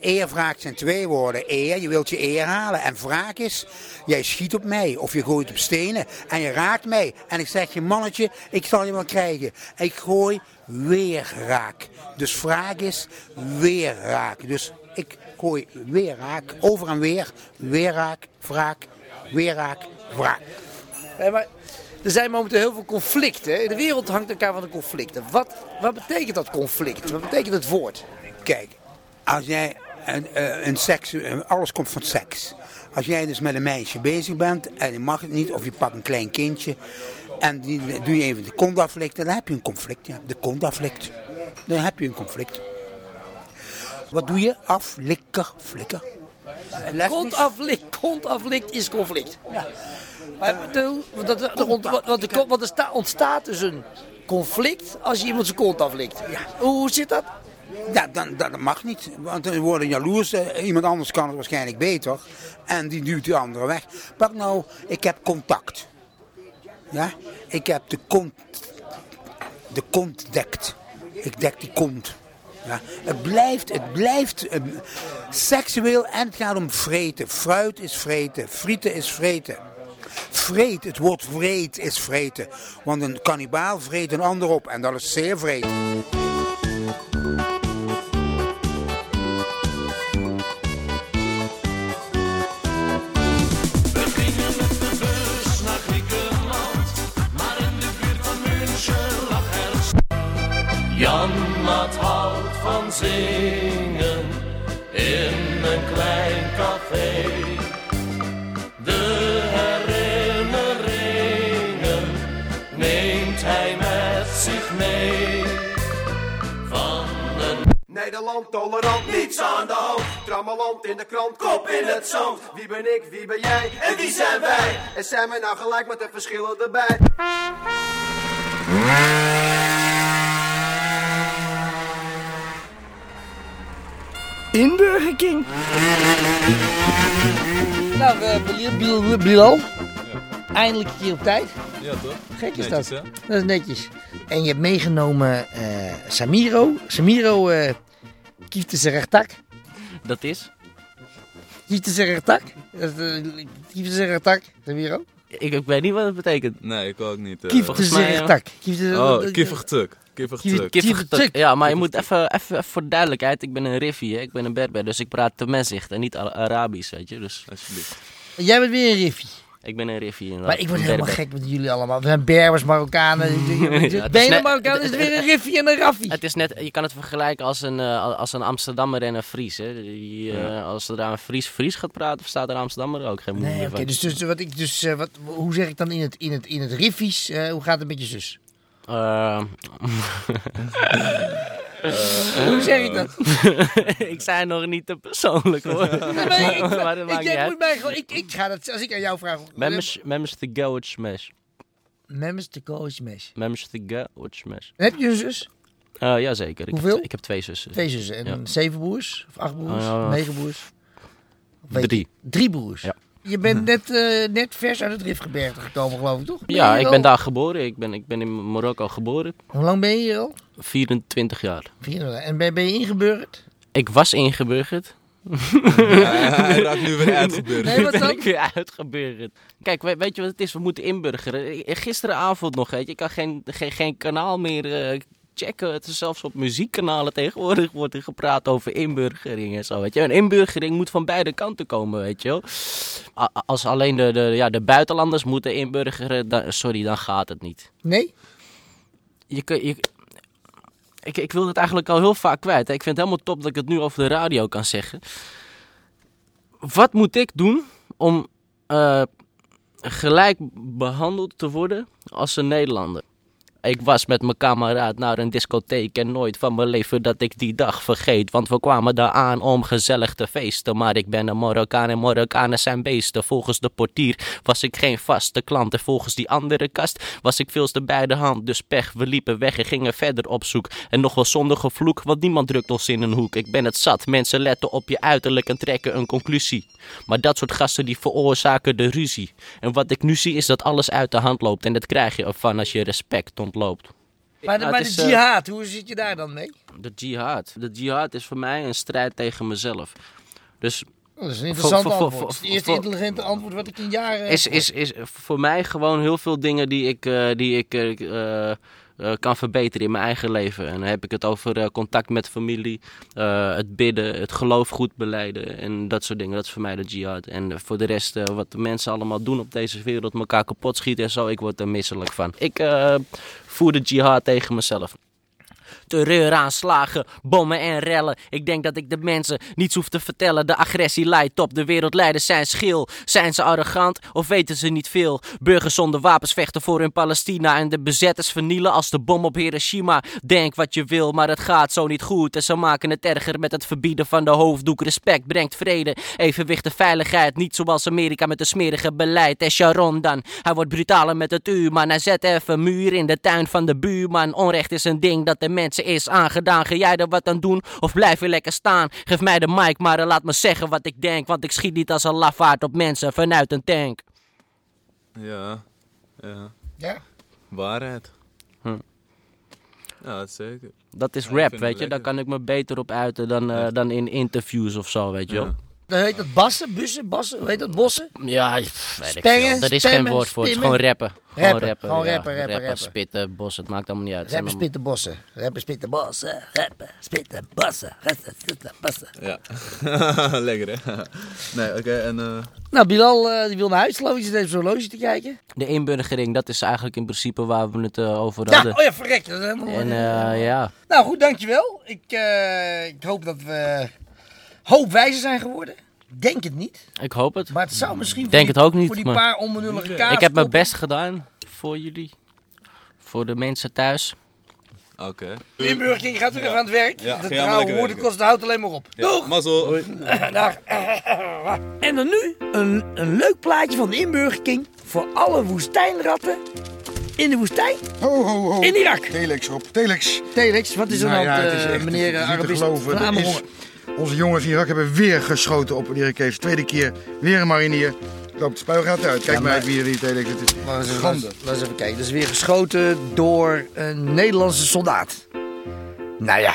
Speaker 20: Eerwraak zijn twee woorden. Eer, je wilt je eer halen. En wraak is, jij schiet op mij of je gooit op stenen en je raakt mij. En ik zeg je mannetje, ik zal je wel krijgen. Ik gooi weer raak. Dus wraak is weer raak. Dus ik gooi weer raak, over en weer, weer raak, wraak, weer raak, wraak. Eh,
Speaker 2: Hé, maar er zijn momenteel heel veel conflicten. hè? De wereld hangt elkaar van de conflicten. Wat, wat betekent dat conflict? Wat betekent het woord?
Speaker 20: Kijk, als jij een, eh, een seks, een- alles komt van seks. Als jij dus met een meisje bezig bent en je mag het niet, of je pakt een klein kindje en die, doe je even de kont aflichten, dan heb je een conflict. Ja. De kont aflikt. Dan heb je een conflict. Wat doe je? Aflikker, flikker.
Speaker 2: Kont aflikt, kont aflikt is conflict. Ja. Maar bedoel, want dat, er ont- want er- want er sta- ontstaat dus een conflict als je iemand zijn kont aflikt. Hoe zit dat?
Speaker 20: Ja, dan, dat mag niet. Want dan worden jaloers. eh, Iemand anders kan het waarschijnlijk beter. En die duwt de andere weg. Pak nou, ik heb contact. Ja? Ik heb de kont... De kont dekt. Ik dek die kont. Ja? Het blijft, het blijft eh, seksueel en het gaat om vreten. Fruit is vreten. Frieten is vreten. Vreet, het woord vreet is vreten. Want een kannibaal vreet een ander op en dat is zeer vreed.
Speaker 16: naar Griekenland, maar in de buurt van München lag er een s- Jan Maat houdt van zingen in een klein café. De herinneringen neemt hij met zich mee. Van een
Speaker 21: Nederland tolerant, niets aan de hand. Trammeland in de krant, kop in het zand. Wie ben ik, wie ben jij en wie zijn wij? En zijn wij nou gelijk met de verschillen erbij?
Speaker 1: In Burger King.
Speaker 2: Nou, eh, Bilal- Bilal- Bilal. Eindelijk een keer op tijd.
Speaker 9: Ja, toch?
Speaker 2: Gek is
Speaker 9: Netjes,
Speaker 2: dat.
Speaker 9: hè?
Speaker 2: Dat is netjes. En je hebt meegenomen eh, Samiro. Samiro eh kieft zijn rechtak.
Speaker 22: Dat is?
Speaker 2: Kieft zijn rechtak. Dat is, eh, Kieft zijn rechtak, Samiro.
Speaker 22: Ik, ik weet niet wat het betekent.
Speaker 9: Nee, ik ook niet. eh.
Speaker 2: Kieft
Speaker 9: Volgens
Speaker 2: is een
Speaker 9: mij, eh,
Speaker 2: rechtak. Kieft is-
Speaker 9: Oh, kievertuk. Kievertuk.
Speaker 22: Kievertuk. Ja, maar je moet even, even, even voor de duidelijkheid. Ik ben een Riffi, hè? ik ben een Berber. Dus ik praat Temezicht en niet Ara- Arabisch, weet je. Dus...
Speaker 9: Alsjeblieft.
Speaker 2: Jij bent weer een riffie.
Speaker 22: Ik ben een Riffi inderdaad.
Speaker 2: Maar ik word
Speaker 22: Nou, een
Speaker 2: helemaal
Speaker 22: Berber.
Speaker 2: gek met jullie allemaal. We zijn Berbers, Marokkanen.
Speaker 22: Ja, het
Speaker 2: ben
Speaker 22: is
Speaker 2: je
Speaker 22: net-
Speaker 2: een Marokkaan? Is het weer een riffie en een raffie?
Speaker 22: Het is net, je kan het vergelijken als een, eh, als een Amsterdammer en een Fries. Hè? Die, eh, Als er daar een Fries Fries gaat praten, verstaat er een Amsterdammer ook geen moeite
Speaker 2: Nee,
Speaker 22: meer
Speaker 2: oké.
Speaker 22: van.
Speaker 2: dus, dus wat ik dus, eh, wat, hoe zeg ik dan in het, in het, in het riffies? eh, hoe gaat het met je zus?
Speaker 22: Eh,
Speaker 2: Hoe zeg ik dat?
Speaker 22: Eh, ik zei nog niet te persoonlijk hoor.
Speaker 2: Nee, maar ik, ik,
Speaker 22: Maar dat
Speaker 2: ik-
Speaker 22: maakt
Speaker 2: jij
Speaker 22: niet uit.
Speaker 2: moet mij gewoon- ik, ik ga dat, als ik aan jou vraag.
Speaker 22: Memes, memes to go with smash.
Speaker 2: Memes to go is smash.
Speaker 22: Memes to go with smash.
Speaker 2: Heb je een zus?
Speaker 22: ja jazeker. Ik,
Speaker 2: Hoeveel?
Speaker 22: Heb, ik heb twee zussen.
Speaker 2: Twee zussen. En
Speaker 22: Ja.
Speaker 2: zeven broers? Of acht broers?
Speaker 22: Eh,
Speaker 2: negen broers? Weet
Speaker 22: Drie.
Speaker 2: Drie broers?
Speaker 22: Ja.
Speaker 2: Je
Speaker 22: Hm.
Speaker 2: bent net, eh, net vers uit het Rifgebergte gekomen, geloof ik, toch?
Speaker 22: Ja,
Speaker 2: je
Speaker 22: ik
Speaker 2: wel-
Speaker 22: ben daar geboren. Ik ben, ik ben in Marokko geboren.
Speaker 2: Hoe lang ben je hier al?
Speaker 22: 24 jaar.
Speaker 2: Vier- En ben, ben je ingeburgerd?
Speaker 22: Ik was ingeburgerd.
Speaker 9: hij raakt nu weer uitgeburgerd.
Speaker 22: Nee, wat
Speaker 9: Ben
Speaker 22: dan?
Speaker 9: ik
Speaker 22: weer uitgeburgerd. Kijk, we- weet je wat het is? We moeten inburgeren. I- Gisteravond nog, weet je. Ik kan geen, geen, geen kanaal meer eh, checken. Het is zelfs op muziekkanalen tegenwoordig wordt er gepraat over inburgering en zo, weet je. Een inburgering moet van beide kanten komen, weet je wel. A- a- Als alleen de, de, ja, de buitenlanders moeten inburgeren, dan, sorry, dan gaat het niet.
Speaker 2: Nee?
Speaker 22: Je, kun- je, ik, ik wil het eigenlijk al heel vaak kwijt. hè. Ik vind het helemaal top dat ik het nu over de radio kan zeggen. Wat moet ik doen om eh, gelijk behandeld te worden als een Nederlander? Ik was met mijn kameraad naar een discotheek en nooit van mijn leven dat ik die dag vergeet. Want we kwamen daar aan om gezellig te feesten. Maar ik ben een Marokkaan en Marokkanen zijn beesten. Volgens de portier was ik geen vaste klant. En volgens die andere kast was ik veel te bij de hand. Dus pech, we liepen weg en gingen verder op zoek. En nog wel zonder gevloek, want niemand drukt ons in een hoek. Ik ben het zat, mensen letten op je uiterlijk en trekken een conclusie. Maar dat soort gasten die veroorzaken de ruzie. En wat ik nu zie is dat alles uit de hand loopt. En dat krijg je ervan als je respect ontloopt.
Speaker 2: Maar de,
Speaker 22: Ja, het
Speaker 2: maar
Speaker 22: is,
Speaker 2: de
Speaker 22: eh,
Speaker 2: jihad, hoe zit je daar dan mee?
Speaker 22: de jihad. De jihad is voor mij een strijd tegen mezelf. Dus
Speaker 2: Dat is een
Speaker 22: voor-
Speaker 2: interessant
Speaker 22: voor-
Speaker 2: antwoord.
Speaker 22: voor-
Speaker 2: Het is het eerste
Speaker 22: voor-
Speaker 2: intelligente antwoord wat ik in jaren
Speaker 22: is,
Speaker 2: heb
Speaker 22: is, is voor mij gewoon heel veel dingen die ik, eh, die ik eh, eh, eh, kan verbeteren in mijn eigen leven. En dan heb ik het over eh, contact met familie, eh, het bidden, het geloof goed beleiden en dat soort dingen. Dat is voor mij de jihad. En eh, voor de rest, eh, wat de mensen allemaal doen op deze wereld, elkaar kapot schieten en zo, ik word er misselijk van. Ik eh, voer de jihad tegen mezelf. Terreuraanslagen, bommen en rellen. Ik denk dat ik de mensen niets hoef te vertellen. De agressie leidt op. De wereldleiders zijn schil. Zijn ze arrogant of weten ze niet veel? Burgers zonder wapens vechten voor hun Palestina. En de bezetters vernielen als de bom op Hiroshima. Denk wat je wil, maar het gaat zo niet goed. En ze maken het erger met het verbieden van de hoofddoek. Respect brengt vrede, evenwicht en veiligheid. Niet zoals Amerika met de smerige beleid. En Sharon dan, hij wordt brutaler met het uurman. Hij zet even een muur in de tuin van de buurman. Onrecht is een ding dat de mensen is aangedaan. Ga jij er wat aan doen of blijf je lekker staan? Geef mij de mic, maar eh, laat me zeggen wat ik denk. Want ik schiet niet als een lafaard op mensen vanuit een tank.
Speaker 9: Ja. Ja.
Speaker 2: Ja.
Speaker 9: Waarheid. Ja, dat zeker.
Speaker 22: Hm. Dat is
Speaker 9: Ja, ik
Speaker 22: rap,
Speaker 9: vind
Speaker 22: weet
Speaker 9: het
Speaker 22: je. Daar kan ik me beter op uiten dan, eh, dan in interviews of zo, weet je wel.
Speaker 2: Dan heet dat bassen, bussen, bassen, hoe heet dat bossen?
Speaker 22: Ja, pff, weet ik
Speaker 2: Spengen,
Speaker 22: veel. Er is
Speaker 2: stemmen,
Speaker 22: geen woord voor. Het is
Speaker 2: stemmen.
Speaker 22: gewoon rappen. Gewoon
Speaker 2: Rappen,
Speaker 22: rappen.
Speaker 2: gewoon
Speaker 22: ja.
Speaker 2: rappen, rappen, rappen.
Speaker 22: spitten, bos. Het maakt allemaal niet uit.
Speaker 2: Rappen, spitten, bossen. Rappen, spitten, bossen. Rappen, spitten, bossen. Rappen, spitten, bossen.
Speaker 9: Ja. Lekker hè? Nee, oké en... eh,
Speaker 2: Nou, Bilal eh, die wil naar huis, geloof ik. Die zit even zo'n horloge te kijken.
Speaker 22: De inburgering, dat is eigenlijk in principe waar we het eh, over
Speaker 2: Ja,
Speaker 22: hadden.
Speaker 2: oh ja, verrek. Dat is helemaal
Speaker 22: En eh, ja,
Speaker 2: Nou, goed, dankjewel. Ik, eh, ik hoop dat we hoop wijzer zijn geworden. Denk het niet.
Speaker 22: ik hoop het.
Speaker 2: Maar het zou misschien voor
Speaker 22: Denk
Speaker 2: die-
Speaker 22: het ook niet.
Speaker 2: voor die
Speaker 22: maar-
Speaker 2: paar
Speaker 9: eh,
Speaker 2: onbenullige kaas
Speaker 22: Ik heb mijn
Speaker 2: koppen.
Speaker 22: best gedaan voor jullie. Voor de mensen thuis.
Speaker 9: Oké.
Speaker 2: Limburg King gaat weer even aan het werk.
Speaker 22: Ja,
Speaker 2: de
Speaker 22: ga jij maar
Speaker 2: trouwe
Speaker 22: lekker
Speaker 2: woordenkost houdt alleen maar op. Doeg!
Speaker 9: Mazzel.
Speaker 2: Dag. En dan nu een, een leuk plaatje van de Inburger King voor alle woestijnratten in de woestijn.
Speaker 4: Ho, ho, ho.
Speaker 2: In Irak.
Speaker 4: Telex, Rob. Telex.
Speaker 2: Telex, wat is er
Speaker 4: Nou
Speaker 2: nou,
Speaker 4: ja,
Speaker 2: aan
Speaker 4: het
Speaker 2: het,
Speaker 4: is
Speaker 2: eh,
Speaker 4: echt
Speaker 2: meneer
Speaker 4: niet
Speaker 2: eh,
Speaker 4: te
Speaker 2: Arabist
Speaker 4: geloven.
Speaker 2: van
Speaker 4: Er is-
Speaker 2: Amerongen?
Speaker 4: Onze jongens in Irak hebben weer geschoten op de Irakees. Tweede keer weer een marinier. Loopt de spuigaten uit. Kijk maar,
Speaker 1: Ja, maar-
Speaker 4: uit wie er niet deed. Het is
Speaker 1: Laten we-
Speaker 4: schande.
Speaker 1: Laten we even kijken. Dus weer geschoten door een Nederlandse soldaat. Nou ja.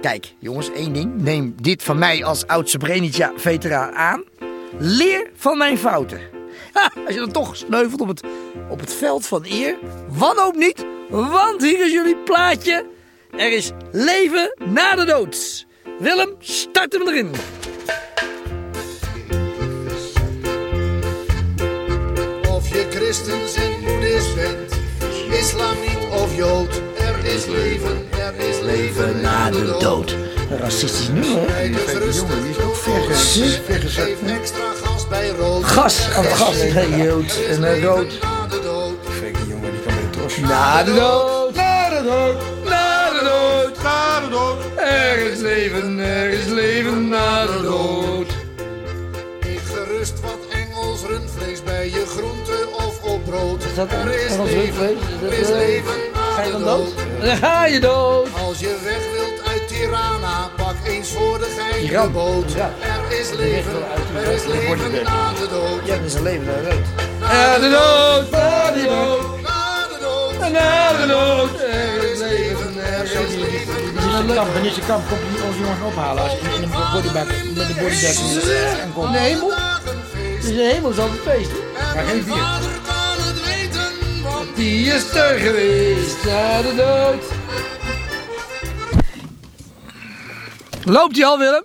Speaker 1: Kijk, jongens, één ding. Neem dit van mij als oud Srebrenica-veteraan aan. Leer van mijn fouten. Ha, als je dan toch sneuvelt op het, op het veld van eer, wanhoop niet, want hier is jullie plaatje. Er is leven na de dood. Willem, start hem erin.
Speaker 3: Of je christen, zin, boeddhist bent, islam niet of jood. Er is leven, er is leven na de dood.
Speaker 1: Racistisch nu, hè?
Speaker 3: Dus rustig ook
Speaker 1: Zus.
Speaker 3: Geef extra gas bij rood.
Speaker 1: Gas, oh, gas, een jood en een rood.
Speaker 4: Fake jongen, die kan weer trots.
Speaker 1: Na de dood, na de dood,
Speaker 3: Na de dood, na de dood.
Speaker 4: Er is leven, er is leven na de dood.
Speaker 3: Eet gerust wat Engels rundvlees bij je groente of op brood.
Speaker 1: Is dat
Speaker 3: er is
Speaker 1: Engels
Speaker 3: leven,
Speaker 1: rundvlees?
Speaker 3: er is
Speaker 1: Eh,
Speaker 3: leven
Speaker 1: ga
Speaker 3: na
Speaker 1: je
Speaker 3: de
Speaker 1: dan
Speaker 3: dood.
Speaker 1: dood? Dan ga je dood.
Speaker 3: Als je weg wilt uit Tirana, pak eens voor de gein de
Speaker 1: Iran.
Speaker 3: boot.
Speaker 1: Ja.
Speaker 3: Er is leven, er is
Speaker 1: Dan word je
Speaker 3: leven
Speaker 1: weg.
Speaker 3: na de dood.
Speaker 1: Ja, dat is een leven naar de dood.
Speaker 3: Na de dood, na de
Speaker 1: dood.
Speaker 3: Na de dood,
Speaker 1: na de dood. eh,
Speaker 3: Er is leven, er is leven na de dood.
Speaker 23: Benitje Kamp komt die onze jongens ophalen als je in een bodybag met een bodybag in de- en komt.
Speaker 1: De hemel? Het is de hemel, zal het feest.
Speaker 3: Maar
Speaker 1: geen bier.
Speaker 3: Die is er geweest, na de dood.
Speaker 1: Loopt hij al, Willem?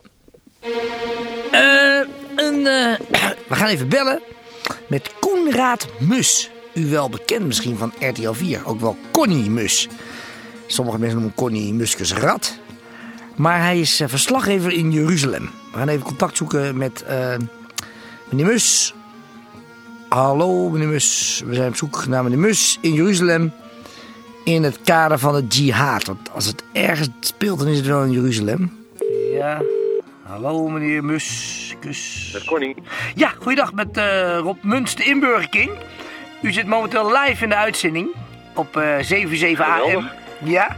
Speaker 2: Eh, een... eh,
Speaker 1: We gaan even bellen met Koenraad Mus. U wel bekend misschien van RTL 4, ook wel Connie Mus. Sommige mensen noemen Connie Muskes rat. Maar hij is eh, verslaggever in Jeruzalem. We gaan even contact zoeken met eh, meneer Mus. Hallo meneer Mus, we zijn op zoek naar meneer Mus in Jeruzalem. In het kader van het jihad. Want als het ergens speelt, dan is het wel in Jeruzalem.
Speaker 2: ja, hallo meneer Muskus.
Speaker 3: Met Connie.
Speaker 2: Ja, goeiedag met eh, Rob Muns, de Inburgerking. U zit momenteel live in de uitzending op eh 77 AM.
Speaker 3: Geweldig.
Speaker 2: Ja.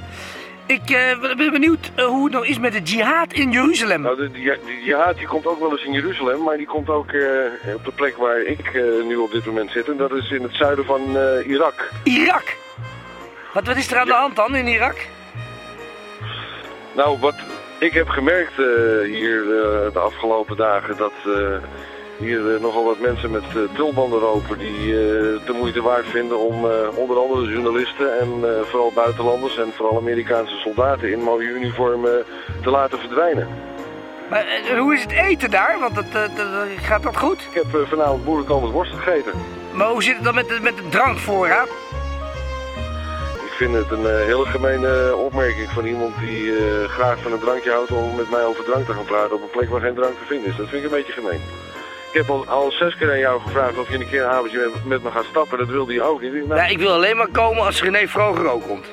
Speaker 2: Ik eh, ben benieuwd eh, hoe het nou is met de jihad in Jeruzalem.
Speaker 24: Nou, de, die, die jihad die komt ook wel eens in Jeruzalem, maar die komt ook eh, op de plek waar ik eh, nu op dit moment zit. En dat is in het zuiden van eh, Irak.
Speaker 2: Irak! Wat, wat is er aan de hand dan in Irak?
Speaker 24: Nou, wat ik heb gemerkt eh, hier eh, de afgelopen dagen, dat eh, hier eh, nogal wat mensen met eh, tulbanden lopen die eh de moeite waard vinden om eh, onder andere journalisten en eh, vooral buitenlanders en vooral Amerikaanse soldaten in mooie uniformen te laten verdwijnen.
Speaker 2: Maar, eh, hoe is het eten daar? Want het, eh, dat- dat- gaat dat goed?
Speaker 24: Ik heb eh, vanavond boerenkant worst gegeten.
Speaker 2: Maar hoe zit het dan met de, met de drankvoorraad?
Speaker 24: Ik vind het een eh, hele gemene eh, opmerking van iemand die eh, graag van een drankje houdt om met mij over drank te gaan praten op een plek waar geen drank te vinden is. Dat vind ik een beetje gemeen. Ik heb al, al zes keer aan jou gevraagd of je een keer een avondje met, met me gaat stappen. Dat wilde je ook niet. Ik- nou,
Speaker 2: Ja, ik wil alleen maar komen als René Vroger ook komt.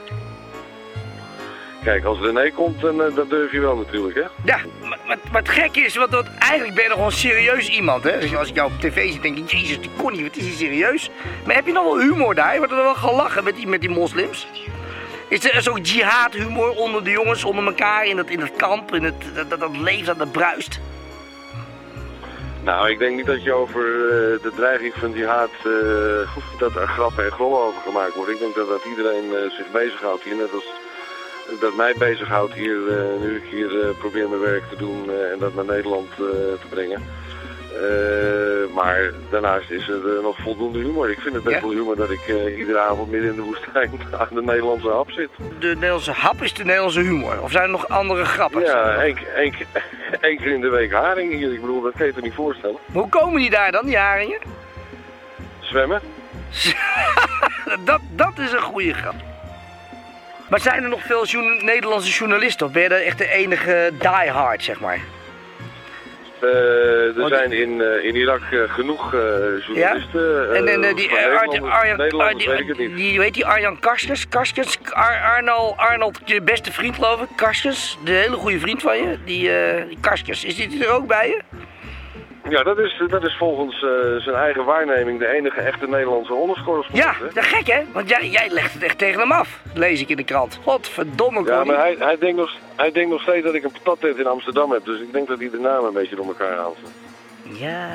Speaker 24: Kijk, als René komt, dan eh, dat durf je wel natuurlijk, hè?
Speaker 2: Ja, maar, maar, maar het gekke is, want, want eigenlijk ben je nog wel een serieus iemand, hè? Dus als ik jou op tv zie, denk ik, jezus, die Connie, wat is die serieus? Maar heb je nog wel humor daar? Je wordt er wel gelachen met die, met die moslims? Is er zo'n jihad-humor onder de jongens, onder elkaar, in dat, in dat kamp, in het, dat, dat, dat leeft aan de bruist?
Speaker 24: Nou, ik denk niet dat je over eh, de dreiging van jihad, eh dat er grappen en grollen over gemaakt worden. Ik denk dat, dat iedereen eh, zich bezighoudt hier, net als dat mij bezighoudt hier, eh, nu ik hier eh, probeer mijn werk te doen eh, en dat naar Nederland eh, te brengen. Eh, maar daarnaast is er eh, nog voldoende humor. Ik vind het best wel humor dat ik eh, iedere avond midden in de woestijn aan de Nederlandse hap zit.
Speaker 2: De Nederlandse hap is de Nederlandse humor. Of zijn er nog andere grappen?
Speaker 24: Ja, één keer- één keer- één keer in de week haring hier. Ik bedoel, dat kan je je niet voorstellen.
Speaker 2: Hoe komen die daar dan, die haringen?
Speaker 24: Zwemmen?
Speaker 2: dat, dat is een goede grap. Maar zijn er nog veel journa- Nederlandse journalisten? Of ben je daar echt de enige diehard, zeg maar?
Speaker 24: Eh, er zijn in, eh, in Irak eh, genoeg eh, journalisten.
Speaker 2: En, en
Speaker 24: eh,
Speaker 2: eh, die
Speaker 24: van
Speaker 2: eh, Ar-
Speaker 24: Nederlanders-
Speaker 2: Arjan-
Speaker 24: Nederlanders
Speaker 2: Ar-
Speaker 24: weet ik het
Speaker 2: die,
Speaker 24: niet.
Speaker 2: die, weet die Arjan Karskens? Karskens, Ar- Arnold, Arnold, je beste vriend geloof ik. Karskens, de hele goede vriend van je. Die, eh die Karskens, is die er ook bij je?
Speaker 24: Ja, dat is, dat is volgens eh, zijn eigen waarneming de enige echte Nederlandse
Speaker 2: Ja,
Speaker 24: honderscorrespondent.
Speaker 2: dat gek hè? Want jij, jij legt het echt tegen hem af, lees ik in de krant. Godverdomme,
Speaker 24: Ja,
Speaker 2: Connie.
Speaker 24: maar hij, hij, denkt nog, hij denkt nog steeds dat ik een patattent in Amsterdam heb. Dus ik denk dat hij de namen een beetje door elkaar haalt.
Speaker 2: Ja,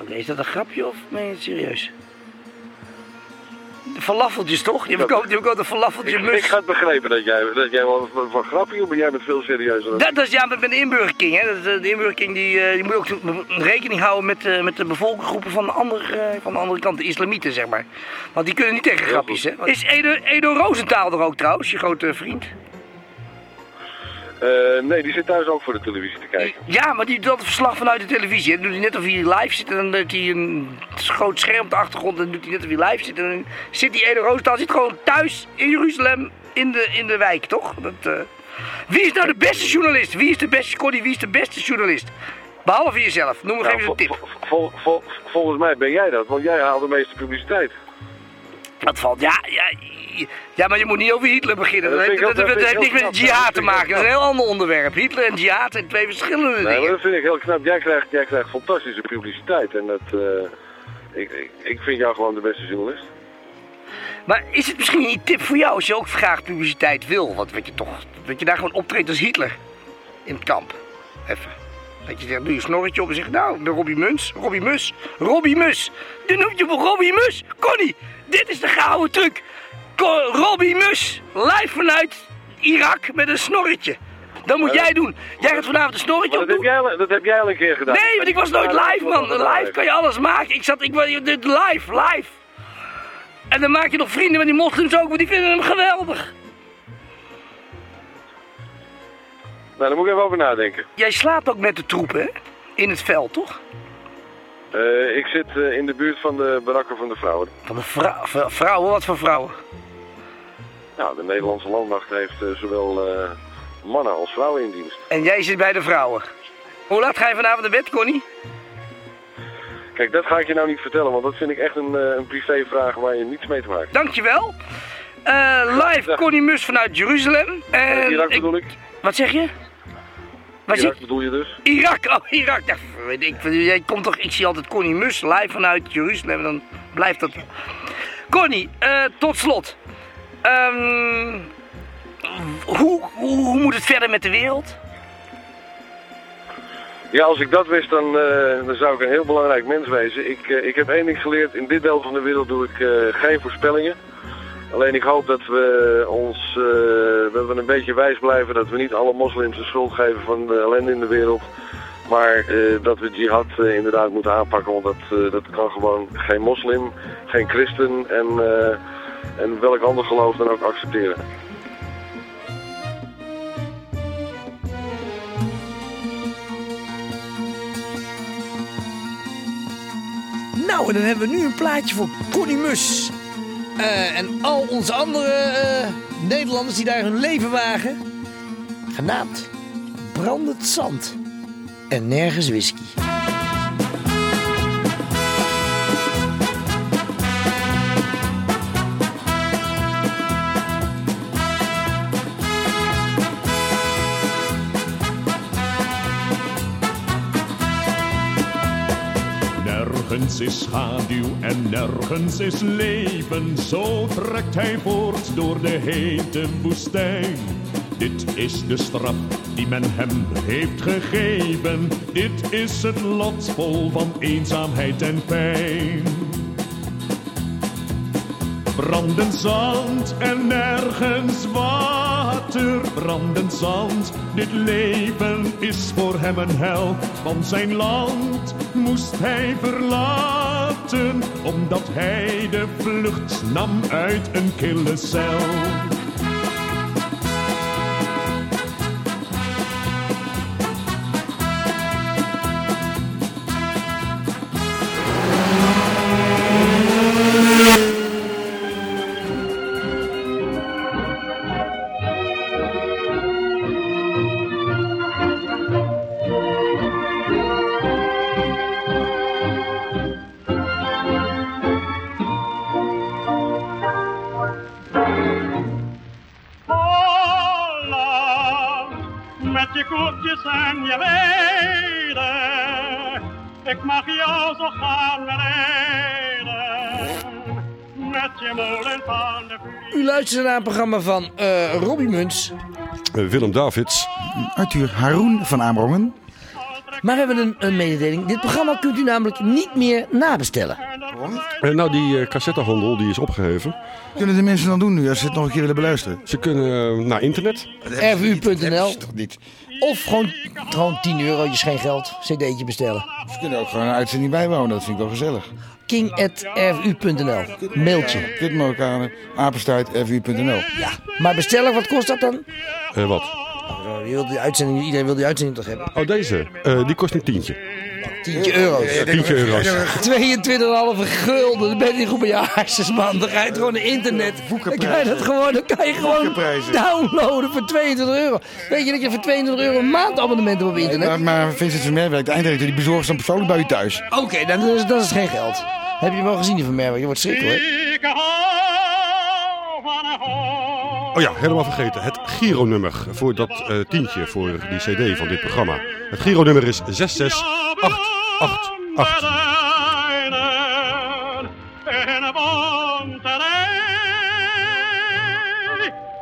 Speaker 2: oké, is dat een grapje of meen je het serieus? De falafeltjes toch? Je verkoopt, je verkoopt een falafeltje
Speaker 24: Ik, ik
Speaker 2: mus.
Speaker 24: had begrepen dat jij, dat jij wel van, van grapje maar jij bent veel serieuzer dan
Speaker 2: Dat is ja, met, met de inburgering. Hè? Dat, is, eh, de inburgering die, eh, die moet ook rekening houden met, eh, met de bevolkingsgroepen van de, andere, eh, van de andere kant, de islamieten, zeg maar. Want die kunnen niet tegen grapjes, hè. Is Edo, Edo Roosentaal er ook trouwens, je grote vriend?
Speaker 24: Eh, nee, die zit thuis ook voor de televisie te kijken.
Speaker 2: Ja, maar die doet altijd verslag vanuit de televisie. hè. Dan doet hij net of hij live zit en dan doet hij een groot scherm op de achtergrond en dan doet hij net of hij live zit. En dan zit die Edo Roosentaal zit gewoon thuis in Jeruzalem in de, in de wijk, toch? Dat, eh, Wie is nou de beste journalist? Wie is de beste, Connie, wie is de beste journalist? Behalve jezelf, noem nog
Speaker 24: Nou,
Speaker 2: even een tip.
Speaker 24: Vol, vol, volgens mij ben jij dat, want jij haalt de meeste publiciteit.
Speaker 2: Dat valt, ja, ja, ja, maar je moet niet over Hitler beginnen.
Speaker 24: Ja, dat
Speaker 2: Dat, heeft-
Speaker 24: vind ik
Speaker 2: dat-
Speaker 24: ook-
Speaker 2: dat
Speaker 24: dat vind
Speaker 2: heeft
Speaker 24: ik
Speaker 2: niks
Speaker 24: ook knap.
Speaker 2: met jihad
Speaker 24: Dat
Speaker 2: te
Speaker 24: vind ik
Speaker 2: maken. Dat
Speaker 24: ook
Speaker 2: is een heel ander onderwerp. Hitler en jihad zijn twee verschillende
Speaker 24: Nee, maar
Speaker 2: dingen.
Speaker 24: dat vind ik heel knap. Jij krijgt, jij krijgt fantastische publiciteit. En dat, eh, ik, ik, ik vind jou gewoon de beste journalist.
Speaker 2: Maar is het misschien een tip voor jou als je ook graag publiciteit wil? Want weet je toch, dat je daar gewoon optreedt als Hitler. In het kamp. Even. Dat je zegt, doe je snorretje op en zegt, nou, ik ben Robbie Muns, Robbie Mus, Robbie Mus. Dan noemt je me Robbie Mus. Connie, dit is de gouden truc. Co- Robbie Mus, live vanuit Irak met een snorretje. Dat moet
Speaker 24: Maar dat-
Speaker 2: jij doen. Jij gaat vanavond een snorretje
Speaker 24: Maar dat heb, jij, al- dat heb jij al een keer gedaan.
Speaker 2: Nee, want ik was nooit live, man. Live kan je alles maken. Ik zat, ik was dit live, live. En dan maak je nog vrienden met die moslims ook, want die vinden hem geweldig.
Speaker 24: Nou, daar moet ik even over nadenken.
Speaker 2: Jij slaapt ook met de troepen, hè? In het veld, toch?
Speaker 24: Eh, ik zit eh, in de buurt van de barakken van de vrouwen.
Speaker 2: Van de vrou- vrou- vrouwen? Wat voor vrouwen?
Speaker 24: Nou, de Nederlandse landmacht heeft eh, zowel eh, mannen als vrouwen in dienst.
Speaker 2: En jij zit bij de vrouwen. Hoe laat ga je vanavond naar bed, Connie?
Speaker 24: Kijk, dat ga ik je nou niet vertellen, want dat vind ik echt een, eh, een privévraag waar je niets mee te maken hebt.
Speaker 2: Dankjewel. Eh live Connie Mus vanuit Jeruzalem. En
Speaker 24: Irak bedoel ik.
Speaker 2: Wat zeg je? Wat
Speaker 24: Irak
Speaker 2: zeg-
Speaker 24: bedoel je dus?
Speaker 2: Irak, oh Irak. Ja, weet ik, jij komt toch, ik zie altijd Connie Mus live vanuit Jeruzalem. Dan blijft dat. Connie, eh, tot slot. Ehm, hoe, hoe, hoe moet het verder met de wereld?
Speaker 24: Ja, als ik dat wist, dan, eh, dan zou ik een heel belangrijk mens wezen. Ik, eh, ik heb één ding geleerd. In dit deel van de wereld doe ik eh, geen voorspellingen. Alleen ik hoop dat we ons eh, dat we een beetje wijs blijven. Dat we niet alle moslims de schuld geven van de ellende in de wereld. Maar eh, dat we jihad eh, inderdaad moeten aanpakken. Want dat, eh, dat kan gewoon geen moslim, geen christen en, eh, en welk ander geloof dan ook accepteren.
Speaker 2: Nou, en dan hebben we nu een plaatje voor Connie Mus. Eh, en al onze andere eh, Nederlanders die daar hun leven wagen. Genaamd Brandend Zand. En nergens whisky.
Speaker 5: Nergens is schaduw en nergens is leven. Zo trekt hij voort door de hete woestijn. Dit is de straf die men hem heeft gegeven. Dit is het lot vol van eenzaamheid en pijn. Brandend zand en nergens water. Brandend zand, dit leven is voor hem een hel. Van zijn land moest hij verlaten, omdat hij de vlucht nam uit een kille cel.
Speaker 6: Ik mag jou zo gaan rijden met je molen van de vuur.
Speaker 2: U luistert naar een programma van eh Robbie Muns.
Speaker 7: Eh, Willem Davids.
Speaker 2: Arthur Haroon van Amerongen. Maar we hebben een, een mededeling. Dit programma kunt u namelijk niet meer nabestellen.
Speaker 7: Eh, nou, die eh cassettehandel die is opgeheven.
Speaker 4: Kunnen de mensen dan doen nu als ze het nog een keer willen beluisteren?
Speaker 7: Ze kunnen eh, naar internet.
Speaker 2: rvu.nl Of gewoon, gewoon 10 eurotjes, geen geld, cd'tje bestellen.
Speaker 4: Ze kunnen ook gewoon een uitzending bijwonen, dat vind ik wel gezellig.
Speaker 2: king.rvu.nl Mailtje.
Speaker 4: Dit Marokkanen, eh, apenstaart, rvu.nl.
Speaker 2: Ja, maar bestellen, wat kost dat dan?
Speaker 7: Eh, wat?
Speaker 2: Je wilt die uitzending, iedereen wil die uitzending toch hebben? Oh,
Speaker 7: Oh, deze. Eh, die kost een tientje.
Speaker 2: 10 euro's.
Speaker 7: Ja, 10 euro's.
Speaker 2: 22,5 gulden. Dan ben je goed bij je haarsjes, man. Dan ga je het gewoon naar internet. Dan kan je dat gewoon, dan kan je gewoon
Speaker 4: Boekenprijzen.
Speaker 2: downloaden voor 22 euro. Weet je dat je voor 22 euro een maand abonnement hebt op internet?
Speaker 4: Maar, maar Vincent Vermeer werkt de eindredacteur, die bezorgt ze dan persoonlijk bij u thuis.
Speaker 2: Oké, dan is, dat is geen geld. Heb je wel gezien die van Merwe? Je wordt schrikkelijk.
Speaker 7: Oh ja, helemaal vergeten. Het Giro-nummer voor dat eh, tientje voor die cd van dit programma. Het Giro-nummer is 66888.
Speaker 6: En bonterij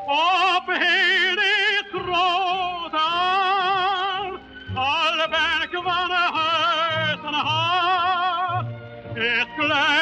Speaker 6: op heel het grote al. Al ben ik van huis en hart. Het klein